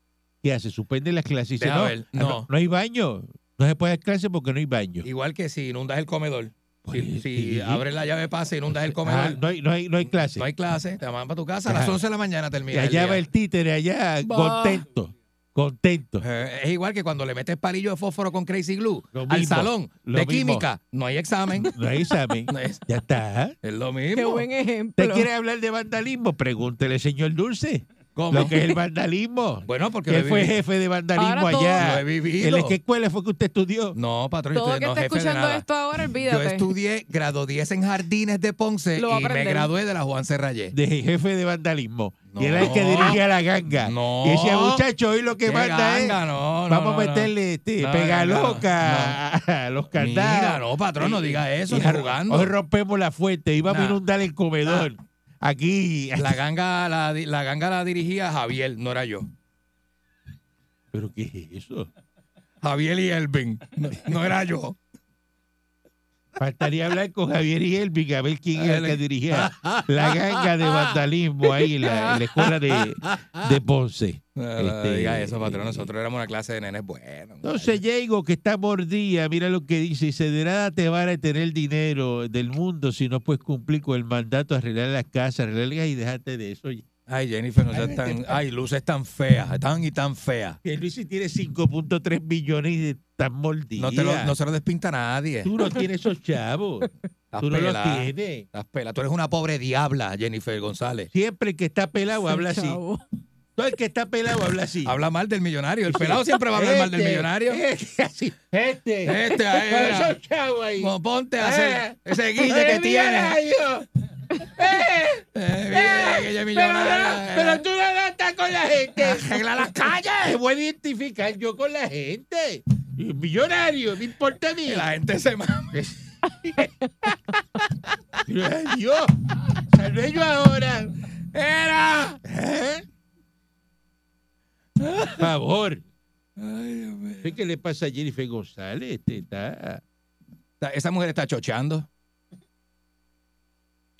Speaker 3: ¿Qué hace? Suspende las clases y dice,
Speaker 4: Deja
Speaker 3: no,
Speaker 4: ver.
Speaker 3: ah, no.
Speaker 4: No.
Speaker 3: no hay baño. No se puede dar clase porque no hay baño.
Speaker 4: Igual que si inundas el comedor. Si,
Speaker 3: Pues,
Speaker 4: si
Speaker 3: sí.
Speaker 4: abres la llave pase, inundas el
Speaker 3: Ah,
Speaker 4: comedor.
Speaker 3: no, hay, no, hay, no hay clase.
Speaker 4: No hay clase, te mandan para tu casa. A las
Speaker 3: Ajá.
Speaker 4: 11 de la mañana termina.
Speaker 3: y allá
Speaker 4: día.
Speaker 3: va el títere, allá
Speaker 5: Bah.
Speaker 3: contento,
Speaker 4: [laughs]
Speaker 3: contento.
Speaker 4: Eh, Es igual que cuando le metes palillo de fósforo con Crazy Glue
Speaker 3: Lo
Speaker 4: al
Speaker 3: mismo,
Speaker 4: salón
Speaker 3: lo
Speaker 4: de
Speaker 3: mismo.
Speaker 4: química. No
Speaker 3: [laughs]
Speaker 4: hay examen.
Speaker 3: No hay examen.
Speaker 4: No es,
Speaker 3: ya está.
Speaker 4: es lo mismo.
Speaker 5: Qué buen ejemplo.
Speaker 3: ¿Usted quiere hablar de vandalismo? Pregúntele, señor Dulce,
Speaker 4: ¿Cómo?
Speaker 3: lo que es el vandalismo.
Speaker 4: [laughs] Bueno, porque lo
Speaker 3: ¿Qué
Speaker 4: he
Speaker 3: fue
Speaker 4: vivido.
Speaker 3: jefe de vandalismo
Speaker 5: Ahora todo-
Speaker 4: Lo he
Speaker 3: allá?
Speaker 4: vivido.
Speaker 3: ¿En la- qué escuela fue que usted estudió?
Speaker 4: No, patrón, yo
Speaker 5: Todo el
Speaker 4: estoy-
Speaker 5: que
Speaker 4: no
Speaker 5: está
Speaker 4: jefe de
Speaker 5: escuchando
Speaker 4: nada.
Speaker 5: esto ahora,
Speaker 4: Yo
Speaker 5: olvídate.
Speaker 4: estudié grado 10 en Jardines de Ponce
Speaker 5: Lo va a
Speaker 4: y me
Speaker 5: aprender.
Speaker 4: gradué de la Juan Serrayé.
Speaker 3: De jefe de vandalismo. Y era el que
Speaker 4: No.
Speaker 3: dirigía la ganga.
Speaker 4: No.
Speaker 3: Y decía, muchachos, hoy lo que
Speaker 4: Qué
Speaker 3: manda es.
Speaker 4: ganga, no, no,
Speaker 3: Vamos
Speaker 4: no,
Speaker 3: a
Speaker 4: no.
Speaker 3: meterle este,
Speaker 4: No,
Speaker 3: pega
Speaker 4: no, no,
Speaker 3: loca a los
Speaker 4: Mira,
Speaker 3: candados.
Speaker 4: no, patrón, no diga eso,
Speaker 3: Y
Speaker 4: está
Speaker 3: ro-
Speaker 4: jugando.
Speaker 3: Hoy rompemos la fuente y vamos a
Speaker 4: Nah.
Speaker 3: inundar el comedor. Aquí.
Speaker 4: La ganga la, di- la ganga la dirigía Javier, no era yo.
Speaker 3: [laughs] ¿Pero qué es eso?
Speaker 4: Javier y Elvin, no, no era yo.
Speaker 3: Faltaría hablar con Javier y Elvin a ver quién era el que dirigía
Speaker 4: [laughs]
Speaker 3: la ganga de vandalismo ahí en la, en la escuela de, de Ponce.
Speaker 4: No, no, no
Speaker 3: [laughs] Este,
Speaker 4: diga eso, patrón, nosotros éramos una clase de nenes buenos.
Speaker 3: Entonces Diego, que está mordida, mira lo que dice, dice, de nada te van a tener el dinero del mundo si no puedes cumplir con el mandato, arreglar las casas, arreglar y dejarte de eso.
Speaker 4: Ay, Jennifer, no seas tan. Ay, luces tan feas, tan y tan feas.
Speaker 3: Que Luis tiene 5.3 millones y está mordida.
Speaker 4: No, te lo, no se lo despinta nadie.
Speaker 3: Tú no tienes esos chavos,
Speaker 4: Estás
Speaker 3: tú no los
Speaker 4: pelada,
Speaker 3: tienes.
Speaker 4: estás pelada. Tú eres una pobre diabla, Jennifer González.
Speaker 3: Siempre el que está pelado habla así.
Speaker 5: Chavo. [laughs]
Speaker 3: Todo el que está pelado habla así.
Speaker 4: Habla mal del millonario. El pelado siempre va a hablar mal del
Speaker 3: Este, [laughs]
Speaker 4: millonario.
Speaker 3: Este, así. Este.
Speaker 4: Este, ahí,
Speaker 3: Con
Speaker 4: mira.
Speaker 3: esos chavos ahí.
Speaker 4: Mo- Ponte a hacer
Speaker 3: Eh.
Speaker 4: ese guille
Speaker 3: Eh, mira,
Speaker 4: que tienes.
Speaker 3: yo. Eh,
Speaker 4: Eh, mira,
Speaker 3: eh,
Speaker 4: guille
Speaker 3: pero,
Speaker 4: millonario.
Speaker 3: no, pero tú no estás con la gente.
Speaker 4: Arregla las
Speaker 3: Me
Speaker 4: calles.
Speaker 3: voy a identificar yo con la gente. Y Millonario, no importa a mí.
Speaker 4: Y la gente se mama.
Speaker 3: Pero, ay, Dios, salvé yo ahora.
Speaker 4: ¡Era!
Speaker 3: ¿Eh? Por favor.
Speaker 4: Ay, Dios mío.
Speaker 3: ¿Qué le pasa a Jennifer González? Este, está-
Speaker 4: Esa- Esa mujer está chocheando.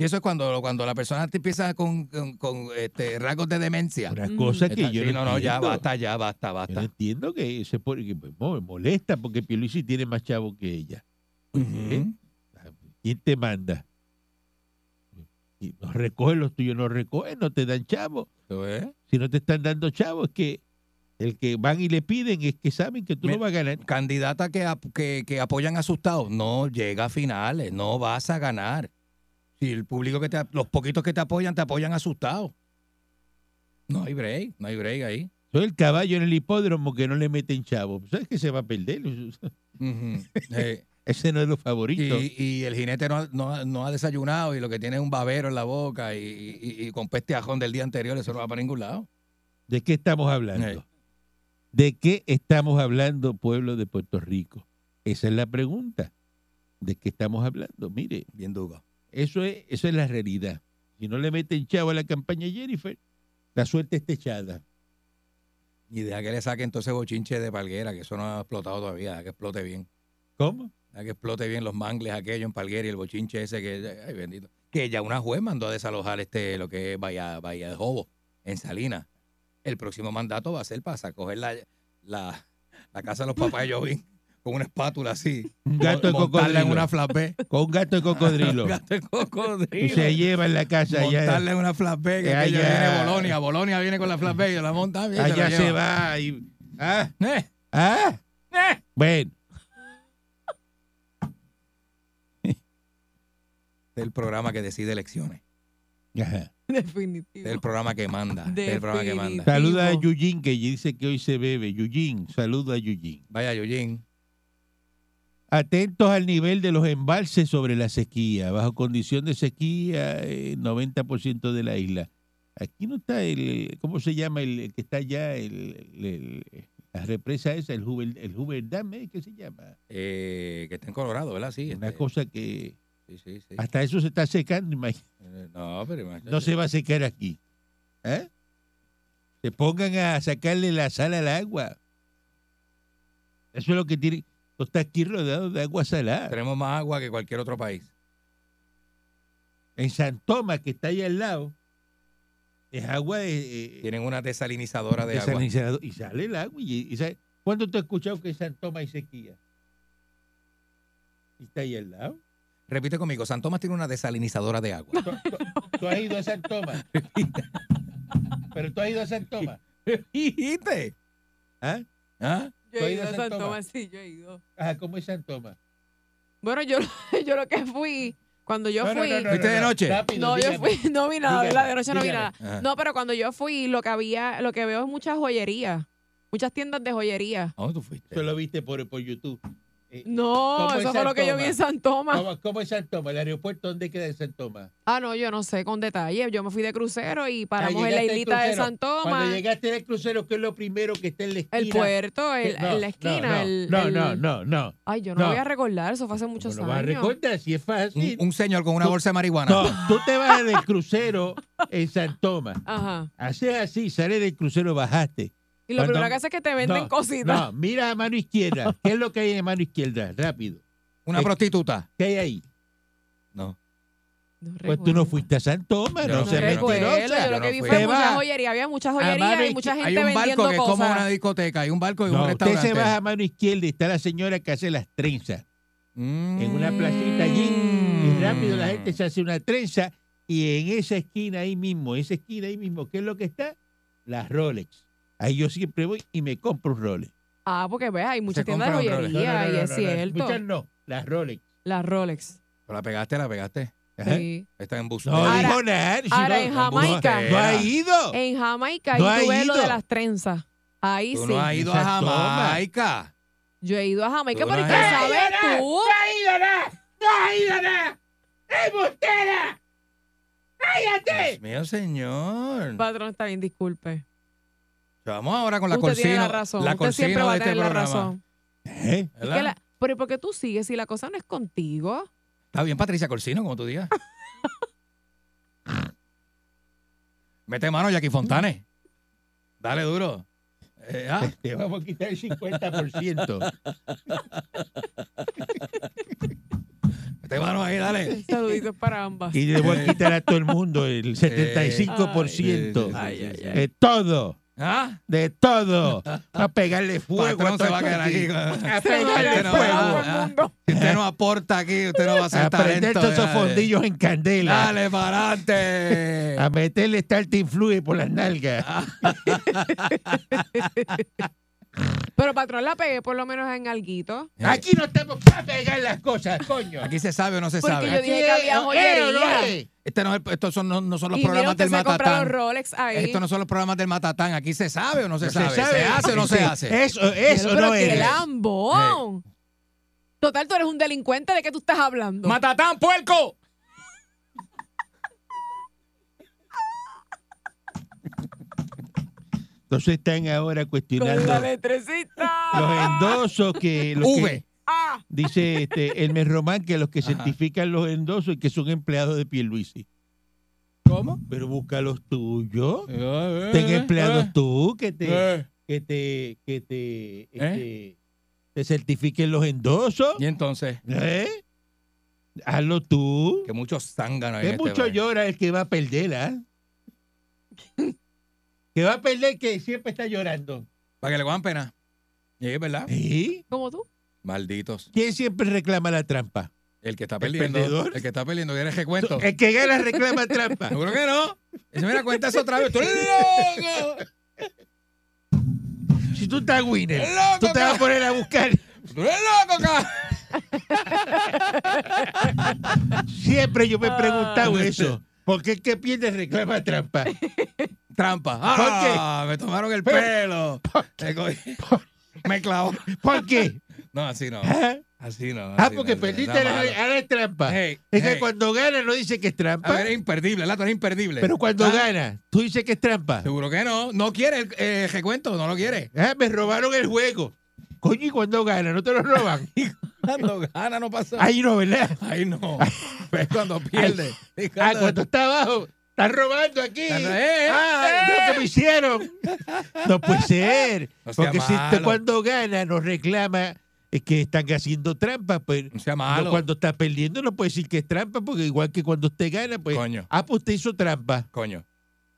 Speaker 4: Y eso es cuando, cuando la persona te empieza con, con- con, este, rasgos de demencia.
Speaker 3: Una
Speaker 5: Mm.
Speaker 3: cosa que
Speaker 4: Está-
Speaker 3: yo
Speaker 4: sí, no, no, ya
Speaker 3: entiendo.
Speaker 4: basta, ya basta,
Speaker 3: Yo no
Speaker 4: basta.
Speaker 3: entiendo que se pone, que me mo- me molesta porque Pierluisi tiene más chavo que ella.
Speaker 4: Ujú.
Speaker 3: ¿Quién te manda? Y nos recogen los tuyos, nos recogen, no te dan chavo.
Speaker 4: ¿Tú ves?
Speaker 3: Si no te están dando chavo, es que el que van y le piden es que saben que tú
Speaker 4: Mira,
Speaker 3: no vas a ganar.
Speaker 4: candidata que, ap- que, que apoyan asustados, no llega a finales, no vas a ganar. Si el público que te, ap- los poquitos que te apoyan, te apoyan asustados. No hay break, no hay break ahí.
Speaker 3: Soy el caballo en el hipódromo que no le meten chavo. ¿Sabes que se va a perder? [laughs]
Speaker 4: Ujú. Eh, Sí.
Speaker 3: Ese no es lo favorito.
Speaker 4: y, y el jinete no, ha- no ha- no ha desayunado y lo que tiene es un babero en la boca y, y- y con peste ajón del día anterior, eso no va para ningún lado.
Speaker 3: ¿De qué estamos hablando?
Speaker 4: Sí.
Speaker 3: ¿De qué estamos hablando, pueblo de Puerto Rico? Esa es la pregunta. ¿De qué estamos hablando? Mire,
Speaker 4: Bien duro.
Speaker 3: Eso es, eso es la realidad. Si no le meten chavo a la campaña de Jennifer, la suerte está echada.
Speaker 4: Y deja que le saquen entonces bochinche de palguera, que eso no ha explotado todavía, deja que explote bien.
Speaker 3: ¿Cómo?
Speaker 4: A que explote bien los mangles aquellos en Palguera y el bochinche ese que, ay bendito, que ya una juez mandó a desalojar este lo que es Bahía, Bahía de Jobo en Salinas. El próximo mandato va a ser para coger la, la, la casa de los papás de Jovín con una espátula así,
Speaker 3: Un gato de
Speaker 4: montarla
Speaker 3: cocodrilo.
Speaker 4: en una flapé,
Speaker 3: Con un gato de
Speaker 4: [laughs]
Speaker 3: cocodrilo.
Speaker 4: gato de
Speaker 3: y
Speaker 4: cocodrilo,
Speaker 3: se lleva en la casa.
Speaker 4: montarla
Speaker 3: Allá,
Speaker 4: en una flapé, que
Speaker 3: Ya,
Speaker 4: aquello
Speaker 3: ya.
Speaker 4: viene Bolonia, Bolonia viene con la flapé y yo la monta bien, se la
Speaker 3: allá se
Speaker 4: lleva.
Speaker 3: va. y- ah,
Speaker 4: Eh,
Speaker 3: ah.
Speaker 4: eh.
Speaker 3: Bueno,
Speaker 4: Este es el programa que decide elecciones,
Speaker 3: ajá.
Speaker 4: este es el
Speaker 5: Definitivo.
Speaker 4: programa que manda, este es el programa que manda.
Speaker 5: Definitivo.
Speaker 3: saluda a Yujin que dice que hoy se bebe. Yujin, saluda a Yujin.
Speaker 4: Vaya Yoyin.
Speaker 3: Atentos al nivel de los embalses sobre la sequía. Bajo condición de sequía, eh, 90% de la isla. Aquí no está el, ¿cómo se llama el, el que está allá? El, el- el- la represa esa, el Hoover, el Hoover Dam, ¿eh? ¿qué se llama?
Speaker 4: eh, que está en Colorado, ¿verdad? Sí.
Speaker 3: Una
Speaker 4: este,
Speaker 3: cosa que
Speaker 4: Sí, sí, sí.
Speaker 3: hasta eso se está secando, imagínate.
Speaker 4: Eh, No, pero imagínate.
Speaker 3: No se va a secar aquí. ¿Eh? Se pongan a sacarle la sal al agua. Eso es lo que tiene. Esto está aquí rodeado de agua salada.
Speaker 4: Tenemos más agua que cualquier otro país.
Speaker 3: en San Tomás, que está ahí al lado, Es agua de, eh,
Speaker 4: Tienen una desalinizadora de agua.
Speaker 3: desalinizado y sale el agua. Y, y sale- ¿Cuándo te has escuchado que en San Tomás hay sequía? Y está ahí al lado.
Speaker 4: Repite conmigo, San Tomás tiene una desalinizadora de agua.
Speaker 3: ¿Tú, tú- tú has ido a San Tomás. Pero tú has ido a San Tomás.
Speaker 4: [laughs] ¿Dijiste?
Speaker 3: ¿Ah?
Speaker 4: ¿Ah?
Speaker 5: Yo
Speaker 3: ¿Tú has
Speaker 5: he
Speaker 3: ido
Speaker 5: ido
Speaker 3: a
Speaker 5: a
Speaker 3: San
Speaker 5: San
Speaker 3: Tomás?
Speaker 5: Tomás, sí, yo he ido.
Speaker 3: Ajá, ¿cómo es San Tomás?
Speaker 5: Bueno, yo, [laughs] yo lo que fui, cuando yo
Speaker 3: No, no,
Speaker 5: fui.
Speaker 3: no, no,
Speaker 4: ¿Fuiste
Speaker 3: no,
Speaker 4: de
Speaker 3: no,
Speaker 4: noche?
Speaker 3: rápido,
Speaker 5: No, yo
Speaker 3: dígame.
Speaker 5: fui, [laughs] no vi nada,
Speaker 3: Dígame,
Speaker 5: ¿verdad? De noche no vi
Speaker 3: dígame.
Speaker 5: nada.
Speaker 4: Ajá.
Speaker 5: No, pero cuando yo fui, lo que había, lo que veo es muchas joyerías, muchas tiendas de
Speaker 4: ¿A
Speaker 5: joyería.
Speaker 4: dónde tú fuiste?
Speaker 3: Eso lo viste por, por YouTube. Eh, ¿Cómo
Speaker 5: No,
Speaker 3: en
Speaker 5: eso fue
Speaker 3: San
Speaker 5: lo que yo vi
Speaker 3: Tomás?
Speaker 5: en San Tomás.
Speaker 3: ¿Cómo, cómo es San Tomás? ¿El aeropuerto dónde queda en San Tomás?
Speaker 5: Ah, no, yo no sé con detalle. Yo me fui de crucero y paramos
Speaker 3: Ah,
Speaker 5: en la
Speaker 3: llegaste al
Speaker 5: islita de
Speaker 3: crucero.
Speaker 5: San
Speaker 3: Cuando
Speaker 5: Tomás,
Speaker 3: llegaste al crucero, ¿qué es lo primero que está en la esquina?
Speaker 5: el puerto, el-
Speaker 3: ¿Qué? No,
Speaker 5: en la esquina.
Speaker 3: No, no,
Speaker 5: el-
Speaker 3: no,
Speaker 5: el-
Speaker 3: no, no, no.
Speaker 5: Ay, yo no,
Speaker 3: No.
Speaker 5: voy a recordar, eso fue hace muchos
Speaker 3: ¿Cómo no vas a
Speaker 5: años.
Speaker 3: recordar si es
Speaker 4: Un,
Speaker 3: fácil.
Speaker 4: un señor con una
Speaker 3: Tú-
Speaker 4: bolsa de marihuana.
Speaker 3: No, tú te vas del crucero en San Tomás.
Speaker 5: Ajá.
Speaker 3: Haces así, sales del crucero, bajaste.
Speaker 5: Y lo
Speaker 3: Cuando-
Speaker 5: primero que hace es que te venden
Speaker 3: no,
Speaker 5: cositas.
Speaker 3: No, mira a mano izquierda. ¿Qué es lo que hay en mano izquierda? Rápido.
Speaker 4: Una
Speaker 3: Eh,
Speaker 4: prostituta.
Speaker 3: ¿Qué hay ahí?
Speaker 4: No.
Speaker 5: No
Speaker 3: Pues tú no
Speaker 5: recuerdo.
Speaker 3: fuiste a San Tomás,
Speaker 4: Yo
Speaker 3: no,
Speaker 4: no
Speaker 3: seas
Speaker 4: fui, yo no fui.
Speaker 5: recuerdo,
Speaker 3: mentirosa.
Speaker 5: yo lo que
Speaker 4: no
Speaker 5: vi
Speaker 4: fui.
Speaker 5: fue
Speaker 3: Te Ah,
Speaker 5: muchas
Speaker 3: va.
Speaker 5: joyerías, había muchas
Speaker 3: mano
Speaker 5: joyerías y
Speaker 3: izqui-
Speaker 5: mucha gente
Speaker 4: Hay un
Speaker 5: vendiendo
Speaker 4: barco que es como
Speaker 5: cosas.
Speaker 4: una discoteca, hay un barco y
Speaker 3: No, usted
Speaker 4: un restaurante.
Speaker 3: se baja a mano izquierda y está la señora que hace las trenzas
Speaker 4: Mm.
Speaker 3: en una placita allí y rápido la gente se hace una trenza y en esa esquina ahí mismo, esa esquina ahí mismo, ¿qué es lo que está? Las Rolex. Ahí yo siempre voy y me compro un Rolex.
Speaker 5: Ah, porque ves, hay muchas tiendas de
Speaker 4: compran
Speaker 5: joyería
Speaker 4: Rolex.
Speaker 3: No, no, no,
Speaker 5: y
Speaker 3: no,
Speaker 5: es
Speaker 3: no, no,
Speaker 5: cierto.
Speaker 3: Muchas no, las Rolex.
Speaker 5: Las Rolex.
Speaker 4: Pero la pegaste, la pegaste.
Speaker 3: Ajá.
Speaker 5: sí.
Speaker 4: Está en bus.
Speaker 3: No
Speaker 5: Ahora-
Speaker 3: dijo nada. si
Speaker 5: ahora
Speaker 3: no-
Speaker 5: en Jamaica.
Speaker 3: No, no ha
Speaker 4: Oh.
Speaker 3: ido.
Speaker 4: Eh.
Speaker 5: En Jamaica,
Speaker 3: ¿No
Speaker 5: yo
Speaker 3: ha
Speaker 5: tuve lo
Speaker 3: ido?
Speaker 5: de las trenzas. Ahí
Speaker 4: Tú
Speaker 5: sí.
Speaker 4: no has ido a
Speaker 3: Esas tomas.
Speaker 4: Jamaica.
Speaker 5: Yo he ido a Jamaica,
Speaker 4: Tú no
Speaker 5: pero
Speaker 4: has
Speaker 5: ¿qué
Speaker 4: ido.
Speaker 5: sabes tú?
Speaker 3: ¡No ha ido nada! ¡No ha ido nada! ¡Embustera!
Speaker 4: Dios mío, señor.
Speaker 5: Patrón, está bien, disculpe.
Speaker 4: Vamos ahora con la
Speaker 5: Usted
Speaker 4: corcina.
Speaker 5: tiene la razón.
Speaker 4: La
Speaker 5: Usted siempre
Speaker 4: corcina
Speaker 5: va
Speaker 4: de
Speaker 5: a tener
Speaker 4: este
Speaker 5: la
Speaker 4: programa.
Speaker 5: razón.
Speaker 3: ¿Eh?
Speaker 5: Es que
Speaker 4: ¿Verdad?
Speaker 5: la- pero ¿por qué tú sigues si la cosa no es contigo?
Speaker 4: Está bien, Patricia Corsino, como tú digas. [laughs] Mete mano, Jackie Fontane. Dale duro. Eh, ah,
Speaker 3: Te vamos a quitar el 50%.
Speaker 4: mete mano ahí, dale.
Speaker 5: Saluditos
Speaker 4: [laughs]
Speaker 5: para ambas.
Speaker 3: y le voy a quitar a todo el mundo el 75%.
Speaker 4: Eh. Ay, sí, sí, sí, sí.
Speaker 3: De todo.
Speaker 4: ¿Ah?
Speaker 3: De todo. A pegarle fuego.
Speaker 4: Patrón
Speaker 3: todo
Speaker 4: se va a
Speaker 3: esto
Speaker 4: quedar [laughs] aquí. Este
Speaker 3: A
Speaker 5: Se Este va a
Speaker 3: pegarle
Speaker 5: caer
Speaker 4: no,
Speaker 5: fuego
Speaker 4: no,
Speaker 5: por el
Speaker 4: no.
Speaker 5: mundo.
Speaker 4: Ah, Si usted no aporta aquí, usted no va a ser
Speaker 3: A prender
Speaker 4: talento,
Speaker 3: todos esos
Speaker 4: dale.
Speaker 3: fondillos en candela.
Speaker 4: Dale, para adelante. [laughs]
Speaker 3: A meterle starting fluid por las nalgas.
Speaker 4: Ah.
Speaker 5: Pero patrón, la pegué por lo menos en alguito.
Speaker 4: Eh,
Speaker 3: Aquí no estamos para pegar las cosas, coño.
Speaker 4: Aquí se sabe o no se
Speaker 5: Porque
Speaker 4: sabe.
Speaker 5: yo dije que había
Speaker 3: ¿Eh o no
Speaker 5: joyería.
Speaker 3: es?
Speaker 4: Este no es el- estos son, no, no son los
Speaker 5: Y mira,
Speaker 4: programas
Speaker 5: usted
Speaker 4: del
Speaker 5: se compra los
Speaker 4: Matatán.
Speaker 5: Rolex ahí.
Speaker 4: Estos no son los programas del Matatán. Aquí se sabe o no se,
Speaker 3: No
Speaker 4: sabe. Eh, Se hace o no se
Speaker 3: Sí,
Speaker 4: hace.
Speaker 3: Eso,
Speaker 5: Pero,
Speaker 3: eso
Speaker 5: pero
Speaker 3: no
Speaker 5: qué
Speaker 3: es.
Speaker 5: lambón.
Speaker 4: Eh.
Speaker 5: Total, tú eres un delincuente. ¿De qué tú estás hablando?
Speaker 4: ¡Matatán, puerco!
Speaker 3: Entonces están ahora cuestionando
Speaker 5: Con la letrecita.
Speaker 3: los endosos que, los que-
Speaker 4: V.
Speaker 5: Ah,
Speaker 3: dice este Hermes Román que los que
Speaker 4: Ajá.
Speaker 3: certifican los endosos y que son empleados de Pierluisi.
Speaker 4: ¿Cómo? Eh,
Speaker 3: Pero busca los tuyos. Ten empleados tú que te que te que te
Speaker 4: ¿Eh?
Speaker 3: este, te certifiquen los endosos.
Speaker 4: Y entonces,
Speaker 3: ¿Eh? Hazlo tú.
Speaker 4: que muchos zánganos hay
Speaker 3: Que
Speaker 4: en este
Speaker 3: mucho
Speaker 4: país.
Speaker 3: llora el que va a perder, ¿ah? que va a perder que siempre está llorando.
Speaker 4: Para que le cojan pena. Y es verdad.
Speaker 3: ¿Sí?
Speaker 5: como tú.
Speaker 4: Malditos.
Speaker 3: ¿Quién siempre reclama la trampa?
Speaker 4: El que está perdiendo.
Speaker 3: perdedor? eh,
Speaker 4: El que está perdiendo. ¿Quieres que cuento?
Speaker 3: El que gana reclama trampa.
Speaker 4: Seguro que no. Dice, mira, cuenta eso otra vez. ¡Tú eres loco!
Speaker 3: Si tú estás winner,
Speaker 4: ¡Loco,
Speaker 3: tú te vas
Speaker 4: ca-
Speaker 3: a poner a buscar.
Speaker 4: ¡Tú eres loco, cabrón!
Speaker 3: Siempre yo me he preguntado
Speaker 4: Ah.
Speaker 3: eso. ¿Por qué el que pierde reclama trampa?
Speaker 4: Trampa. ¡Ah! Me tomaron el pelo. Me cogí- Me clavó.
Speaker 3: ¿Por qué?
Speaker 4: No, así no.
Speaker 3: Ah,
Speaker 4: Así no.
Speaker 3: Ah,
Speaker 4: así
Speaker 3: porque
Speaker 4: no, así no.
Speaker 3: perdiste
Speaker 4: Está
Speaker 3: la,
Speaker 4: malo.
Speaker 3: ahora es trampa.
Speaker 4: Hey,
Speaker 3: es que
Speaker 4: hey.
Speaker 3: cuando gana no dice que es
Speaker 4: A
Speaker 3: trampa.
Speaker 4: ver, es Ah, imperdible, Lato, es imperdible.
Speaker 3: Pero cuando
Speaker 4: Ah,
Speaker 3: gana, tú dices que es trampa.
Speaker 4: Seguro que no. No quiere el eh, recuento, no lo quiere.
Speaker 3: Ah, me robaron el juego. Coño, y cuando gana, no te lo
Speaker 4: [laughs]
Speaker 3: roban.
Speaker 4: Cuando gana no pasa. Ay,
Speaker 3: Ahí no, ¿verdad?
Speaker 4: no. Es cuando pierde. Es
Speaker 3: Ah,
Speaker 4: cuando-
Speaker 3: cuando está abajo, están robando aquí.
Speaker 4: Cuando- ¡Eh,
Speaker 3: Ah,
Speaker 4: eh!
Speaker 3: lo que me hicieron. No puede ser.
Speaker 4: [laughs] No sea
Speaker 3: Porque si usted
Speaker 4: malo.
Speaker 3: cuando gana nos reclama eh, que están haciendo trampa, pues
Speaker 4: No sea
Speaker 3: no,
Speaker 4: malo.
Speaker 3: cuando está perdiendo no puede decir que es trampa, porque igual que cuando usted gana, pues.
Speaker 4: Coño.
Speaker 3: Ah, pues usted hizo trampa.
Speaker 4: Coño.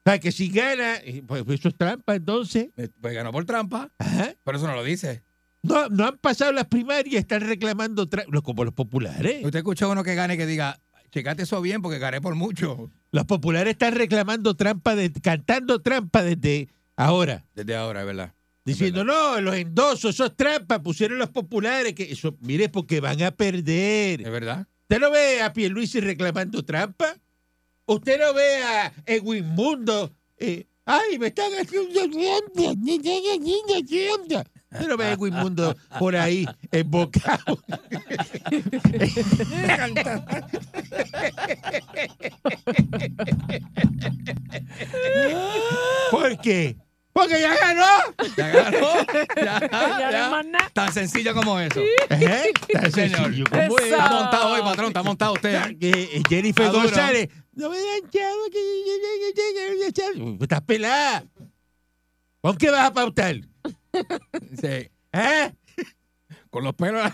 Speaker 3: sea, que si gana, eh, pues eso es trampa entonces.
Speaker 4: Pues ganó por trampa,
Speaker 3: Ajá.
Speaker 4: pero eso no lo dice.
Speaker 3: No, no han pasado las primarias, están reclamando tra- lo- como los populares.
Speaker 4: Usted escucha uno que gane que diga, checate eso bien porque gané por mucho
Speaker 3: Los populares están reclamando trampa, de, cantando trampa desde ahora.
Speaker 4: desde ahora, es verdad.
Speaker 3: Diciendo, no, los endosos, esos trampas, pusieron los populares. que eso Mire, porque van a perder.
Speaker 4: Es verdad.
Speaker 3: ¿Usted no ve a Pierluisi reclamando trampa? ¿Usted no ve a Edwin Mundo? eh, ¡Ay, me están haciendo trampa! ¡Me están haciendo trampa! ¿Usted no ve a Edwin Mundo por ahí embocado? [laughs] ¿Por qué? ¡Porque ya ganó!
Speaker 4: Ya [laughs] ganó. Ya,
Speaker 5: Ya no es
Speaker 4: ya.
Speaker 5: más nada.
Speaker 4: Tan sencillo como eso.
Speaker 3: ¿Eh? Tan sencillo como es.
Speaker 4: Está montado hoy, patrón. Está montado usted.
Speaker 3: Eh, eh, Jennifer
Speaker 4: Está duro.
Speaker 3: González. No me dan chavo que yo- yo- yo- yo- yo- yo- yo- yo- yo- Estás pelada. ¿Con qué vas a pautar?
Speaker 4: Sí.
Speaker 3: ¿Eh?
Speaker 4: Con los pelos.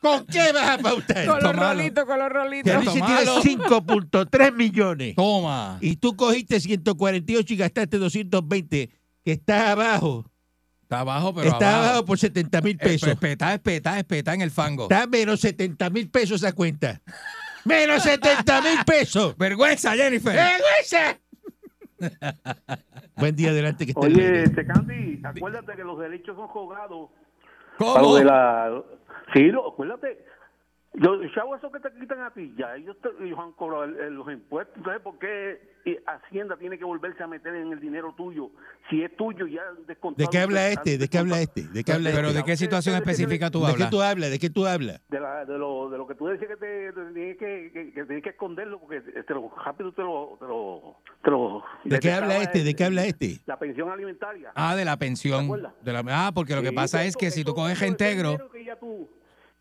Speaker 3: ¿Con qué vas a pautar?
Speaker 5: Con los
Speaker 4: Tomalo.
Speaker 5: rolitos, con los rolitos.
Speaker 3: Pierluisi
Speaker 4: Esto
Speaker 3: tiene
Speaker 4: malo.
Speaker 3: 5.3 millones.
Speaker 4: Toma.
Speaker 3: Y tú cogiste 148 y gastaste 220, que está abajo.
Speaker 4: Está abajo, pero
Speaker 3: está abajo,
Speaker 4: abajo. Eh,
Speaker 3: por 70 mil pesos.
Speaker 4: Espetá, espetá, espetá en el fango.
Speaker 3: Está menos 70 mil pesos esa cuenta. ¡Menos 70 mil
Speaker 4: [laughs]
Speaker 3: pesos!
Speaker 4: Vergüenza, Jennifer.
Speaker 3: Eh. ¡Vergüenza! Buen día, adelante. Que estés bien.
Speaker 7: Oye, este Candy, acuérdate que los derechos son jugados.
Speaker 4: ¿Cómo?
Speaker 7: Para lo de la... Sí, lo- acuérdate. Yo, chavo, eso que te quitan a ti, ya ellos, te, ellos han cobrado el- el- los impuestos. Entonces, ¿por qué eh, Hacienda tiene que volverse a meter en el dinero tuyo? Si es tuyo, ya descontado.
Speaker 3: ¿De qué habla este? ¿De qué habla este? ¿De qué habla
Speaker 4: Pero
Speaker 3: este?
Speaker 4: ¿de qué situación específica tú
Speaker 3: ¿De qué
Speaker 4: hablas?
Speaker 3: tú hablas? ¿De qué tú hablas?
Speaker 7: De, la- de lo, de lo que tú decías que te te tenías que, que, que tenías que esconderlo, porque te lo- rápido te lo... Te lo, te lo
Speaker 3: ¿De qué habla
Speaker 7: detectaba
Speaker 3: este? ¿De qué habla este?
Speaker 7: La pensión alimentaria.
Speaker 4: Ah, de la pensión.
Speaker 7: ¿Te acuerdas?
Speaker 4: De la- ah, porque lo que
Speaker 7: Sí,
Speaker 4: pasa
Speaker 7: eso-
Speaker 4: es que si tú
Speaker 7: eso-
Speaker 4: coges
Speaker 7: eso-
Speaker 4: reintegro,
Speaker 7: Ese dinero que ya tú,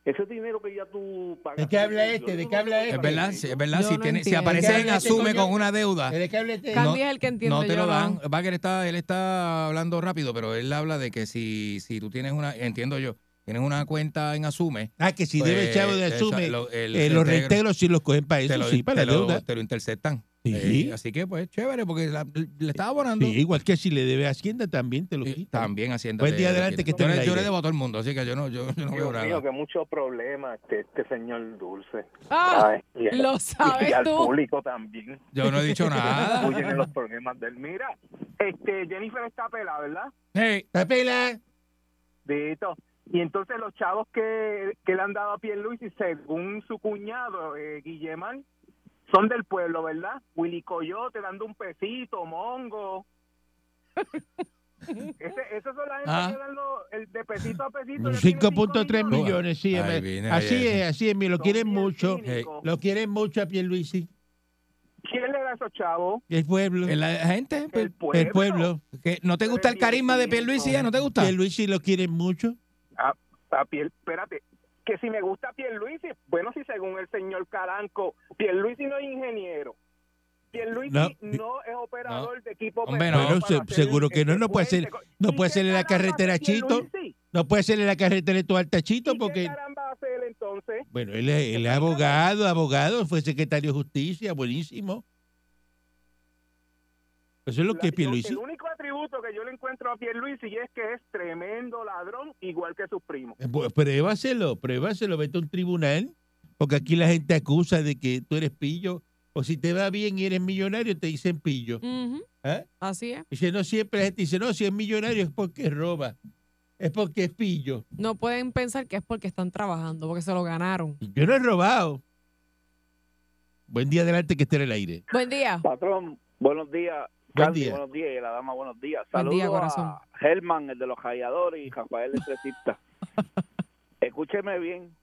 Speaker 7: ese dinero que ya tú pagas.
Speaker 3: ¿De qué habla este? ¿De qué habla
Speaker 4: es
Speaker 3: este?
Speaker 4: verdad, si- es verdad,
Speaker 5: Yo
Speaker 4: si,
Speaker 5: no
Speaker 4: tiene, si
Speaker 5: entiendo.
Speaker 4: aparece en
Speaker 3: Cállate,
Speaker 4: asume
Speaker 3: coño.
Speaker 4: con una deuda,
Speaker 3: ¿De qué habla este?
Speaker 4: Ca-
Speaker 5: Candy es el que entiende.
Speaker 4: no te
Speaker 5: yo
Speaker 4: lo
Speaker 5: no.
Speaker 4: dan. Wagner está, él está hablando rápido, pero él habla de que si, si tú tienes una, entiendo yo, tienes una cuenta en asume,
Speaker 3: Ah, que si
Speaker 4: Pues,
Speaker 3: debe el chavo de
Speaker 4: esa-
Speaker 3: asume,
Speaker 4: lo- el
Speaker 3: eh, los
Speaker 4: reintegro.
Speaker 3: reintegros sí los cogen para
Speaker 4: te
Speaker 3: eso,
Speaker 4: lo,
Speaker 3: sí, para
Speaker 4: te
Speaker 3: la
Speaker 4: lo-
Speaker 3: deuda.
Speaker 4: te lo interceptan.
Speaker 3: Sí.
Speaker 4: Eh, así que pues chévere, porque la- le estaba abonando.
Speaker 3: Sí, igual que si le debe a Hacienda, también te lo
Speaker 4: Y
Speaker 3: quitan.
Speaker 4: También haciendo.
Speaker 3: Buen día, adelante, que esté
Speaker 4: yo,
Speaker 3: en
Speaker 4: le-
Speaker 3: el
Speaker 4: yo
Speaker 3: aire.
Speaker 4: le debo a todo el mundo, así que yo no, yo, yo no veo
Speaker 8: Dios
Speaker 4: nada.
Speaker 8: mío, que mucho problema este, este señor Dulce.
Speaker 5: Ah,
Speaker 8: Ay, y,
Speaker 5: lo sabes
Speaker 8: y al
Speaker 5: tú. Ah.
Speaker 8: público también.
Speaker 4: Yo no he
Speaker 8: [laughs]
Speaker 4: dicho nada.
Speaker 8: Huyen de los problemas del. Mira, este, Jennifer está pelada, ¿verdad?
Speaker 4: Hey,
Speaker 3: ¿Está pela?
Speaker 8: De esto. Y entonces los chavos que, que le han dado a Pierluisi, según su cuñado, eh, Guillemán, son del pueblo, ¿verdad? Willy Coyote dando un pesito, Mongo. Ese, esos son la gente
Speaker 4: Ah.
Speaker 8: que dan los- el de pesito a pesito. ya tiene cinco
Speaker 3: 5.3 millones, sí.
Speaker 4: Ahí
Speaker 3: me-
Speaker 4: viene, ahí
Speaker 3: así
Speaker 4: viene. Eh,
Speaker 3: es, así es, me lo
Speaker 8: Son
Speaker 3: quieren
Speaker 8: bien
Speaker 3: mucho.
Speaker 8: cínicos.
Speaker 3: Lo quieren mucho a Pierluisi,
Speaker 8: ¿Quién le da a esos chavos?
Speaker 3: el pueblo, el,
Speaker 4: la gente, pues,
Speaker 8: El pueblo.
Speaker 3: pueblo.
Speaker 4: que ¿no te gusta el carisma de Pierluisi? ¿Ya no te gusta?
Speaker 3: Pierluisi lo quieren mucho.
Speaker 8: a Piel, espérate, que si me gusta Pierluisi, bueno, si según el señor Caranco, Pierluisi no es ingeniero. Pierluisi
Speaker 3: No,
Speaker 8: no, es operador de equipo.
Speaker 4: Hombre,
Speaker 8: pesado
Speaker 4: no,
Speaker 8: para
Speaker 3: se-
Speaker 8: hacer
Speaker 3: seguro que no, no puede
Speaker 8: puente.
Speaker 3: ser- no
Speaker 8: ¿Y
Speaker 3: puede
Speaker 8: qué
Speaker 3: ser en la
Speaker 8: caramba
Speaker 3: carretera
Speaker 8: hace
Speaker 3: Chito,
Speaker 8: Pierluisi?
Speaker 3: No puede ser en la carretera de tu altachito
Speaker 8: ¿Y
Speaker 3: porque...
Speaker 8: qué caramba hace él entonces?
Speaker 3: Bueno, él es, él es abogado, abogado, fue secretario de justicia, buenísimo. Eso es lo
Speaker 8: La-
Speaker 3: que es
Speaker 8: yo-
Speaker 3: Pierluisi.
Speaker 8: el único atributo que yo le encuentro a Pierluisi es que es tremendo ladrón, igual que sus primos.
Speaker 3: Bu- Eh, pues, Pruébaselo, pruébaselo, vete a un tribunal, porque aquí la gente acusa de que tú eres pillo, o si te va bien y eres millonario, te dicen pillo.
Speaker 5: Ujú,
Speaker 3: ¿Eh?
Speaker 5: Así es.
Speaker 3: Dice, no siempre la gente dice, no, si es millonario es porque roba, es porque es pillo.
Speaker 5: No pueden pensar que es porque están trabajando, porque se lo ganaron.
Speaker 3: Yo no he robado. Buen día adelante que esté en el aire.
Speaker 5: Buen día.
Speaker 9: Patrón, buenos días.
Speaker 3: Buen
Speaker 9: Candy,
Speaker 3: día.
Speaker 9: Buenos días, y la dama, buenos días.
Speaker 5: Buen
Speaker 9: Saludos
Speaker 5: día, corazón.
Speaker 9: a Germán, el de los calladores, y Rafael, el
Speaker 5: [laughs]
Speaker 9: electricista. Escúcheme bien.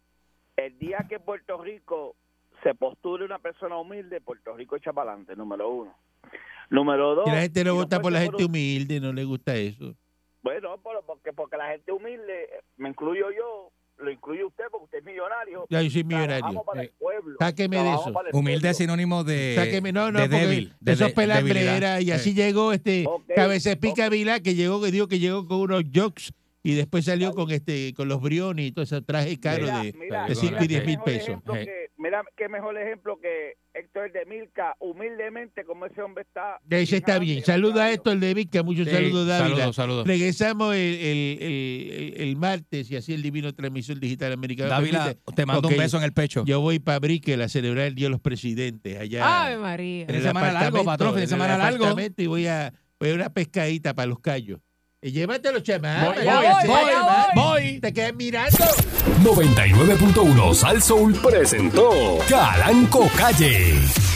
Speaker 9: El día que Puerto Rico se postule una persona humilde, Puerto Rico echa para adelante, número uno. Número dos...
Speaker 3: Que la gente no
Speaker 9: si
Speaker 3: vota por la
Speaker 9: fuese
Speaker 3: gente
Speaker 9: un-
Speaker 3: humilde, no le gusta eso.
Speaker 9: Bueno, pero porque, porque la gente humilde, me incluyo yo, lo incluye usted porque usted es millonario.
Speaker 3: Ya, yo soy millonario.
Speaker 9: Trabajamos para el pueblo.
Speaker 3: Eh, Sáqueme de
Speaker 9: trabajamos
Speaker 3: eso.
Speaker 9: para el
Speaker 4: Humilde es
Speaker 9: pueblo.
Speaker 4: sinónimo de,
Speaker 3: Sáqueme, no, no,
Speaker 4: Eh, de
Speaker 3: porque
Speaker 4: débil. de
Speaker 3: eso es
Speaker 4: de-
Speaker 3: pelambrera.
Speaker 4: debilidad.
Speaker 3: Y así
Speaker 4: Eh,
Speaker 3: llegó este
Speaker 9: Ok,
Speaker 3: Cabecepica Vila, que llegó, que dijo que llegó con unos jokes y después salió con este, con los briones y todo ese traje caro
Speaker 9: Mira,
Speaker 3: de.
Speaker 9: mira,
Speaker 4: de cinco y
Speaker 9: mira
Speaker 3: diez
Speaker 9: qué
Speaker 3: mil
Speaker 9: mejor
Speaker 3: pesos.
Speaker 9: ejemplo
Speaker 4: Ey.
Speaker 9: que- mira qué mejor ejemplo que Héctor de Milka, humildemente como ese hombre está.
Speaker 3: Ese está bien. Saluda a Héctor de Vica, muchos
Speaker 4: Sí,
Speaker 3: saludos, Dávila.
Speaker 4: Saludos, saludos.
Speaker 3: Regresamos el, el- el- el- el martes y así el divino transmisor digital americano.
Speaker 4: Dávila,
Speaker 3: permite.
Speaker 4: te mando
Speaker 3: Ok,
Speaker 4: un beso en el pecho.
Speaker 3: Yo voy para Brickell a celebrar el Día de los Presidentes allá.
Speaker 5: Ave María.
Speaker 4: Fin de semana largo,
Speaker 3: apartamento,
Speaker 4: patrón, fin de
Speaker 3: en el
Speaker 4: semana largo.
Speaker 3: apartamento Y voy a, voy a una pescadita para los callos. Y llévate los chamacos.
Speaker 5: voy, ya voy, ya
Speaker 3: chamacos.
Speaker 4: voy.
Speaker 3: Te quedas mirando.
Speaker 1: 99.1 Sal Soul presentó Calanco Calle.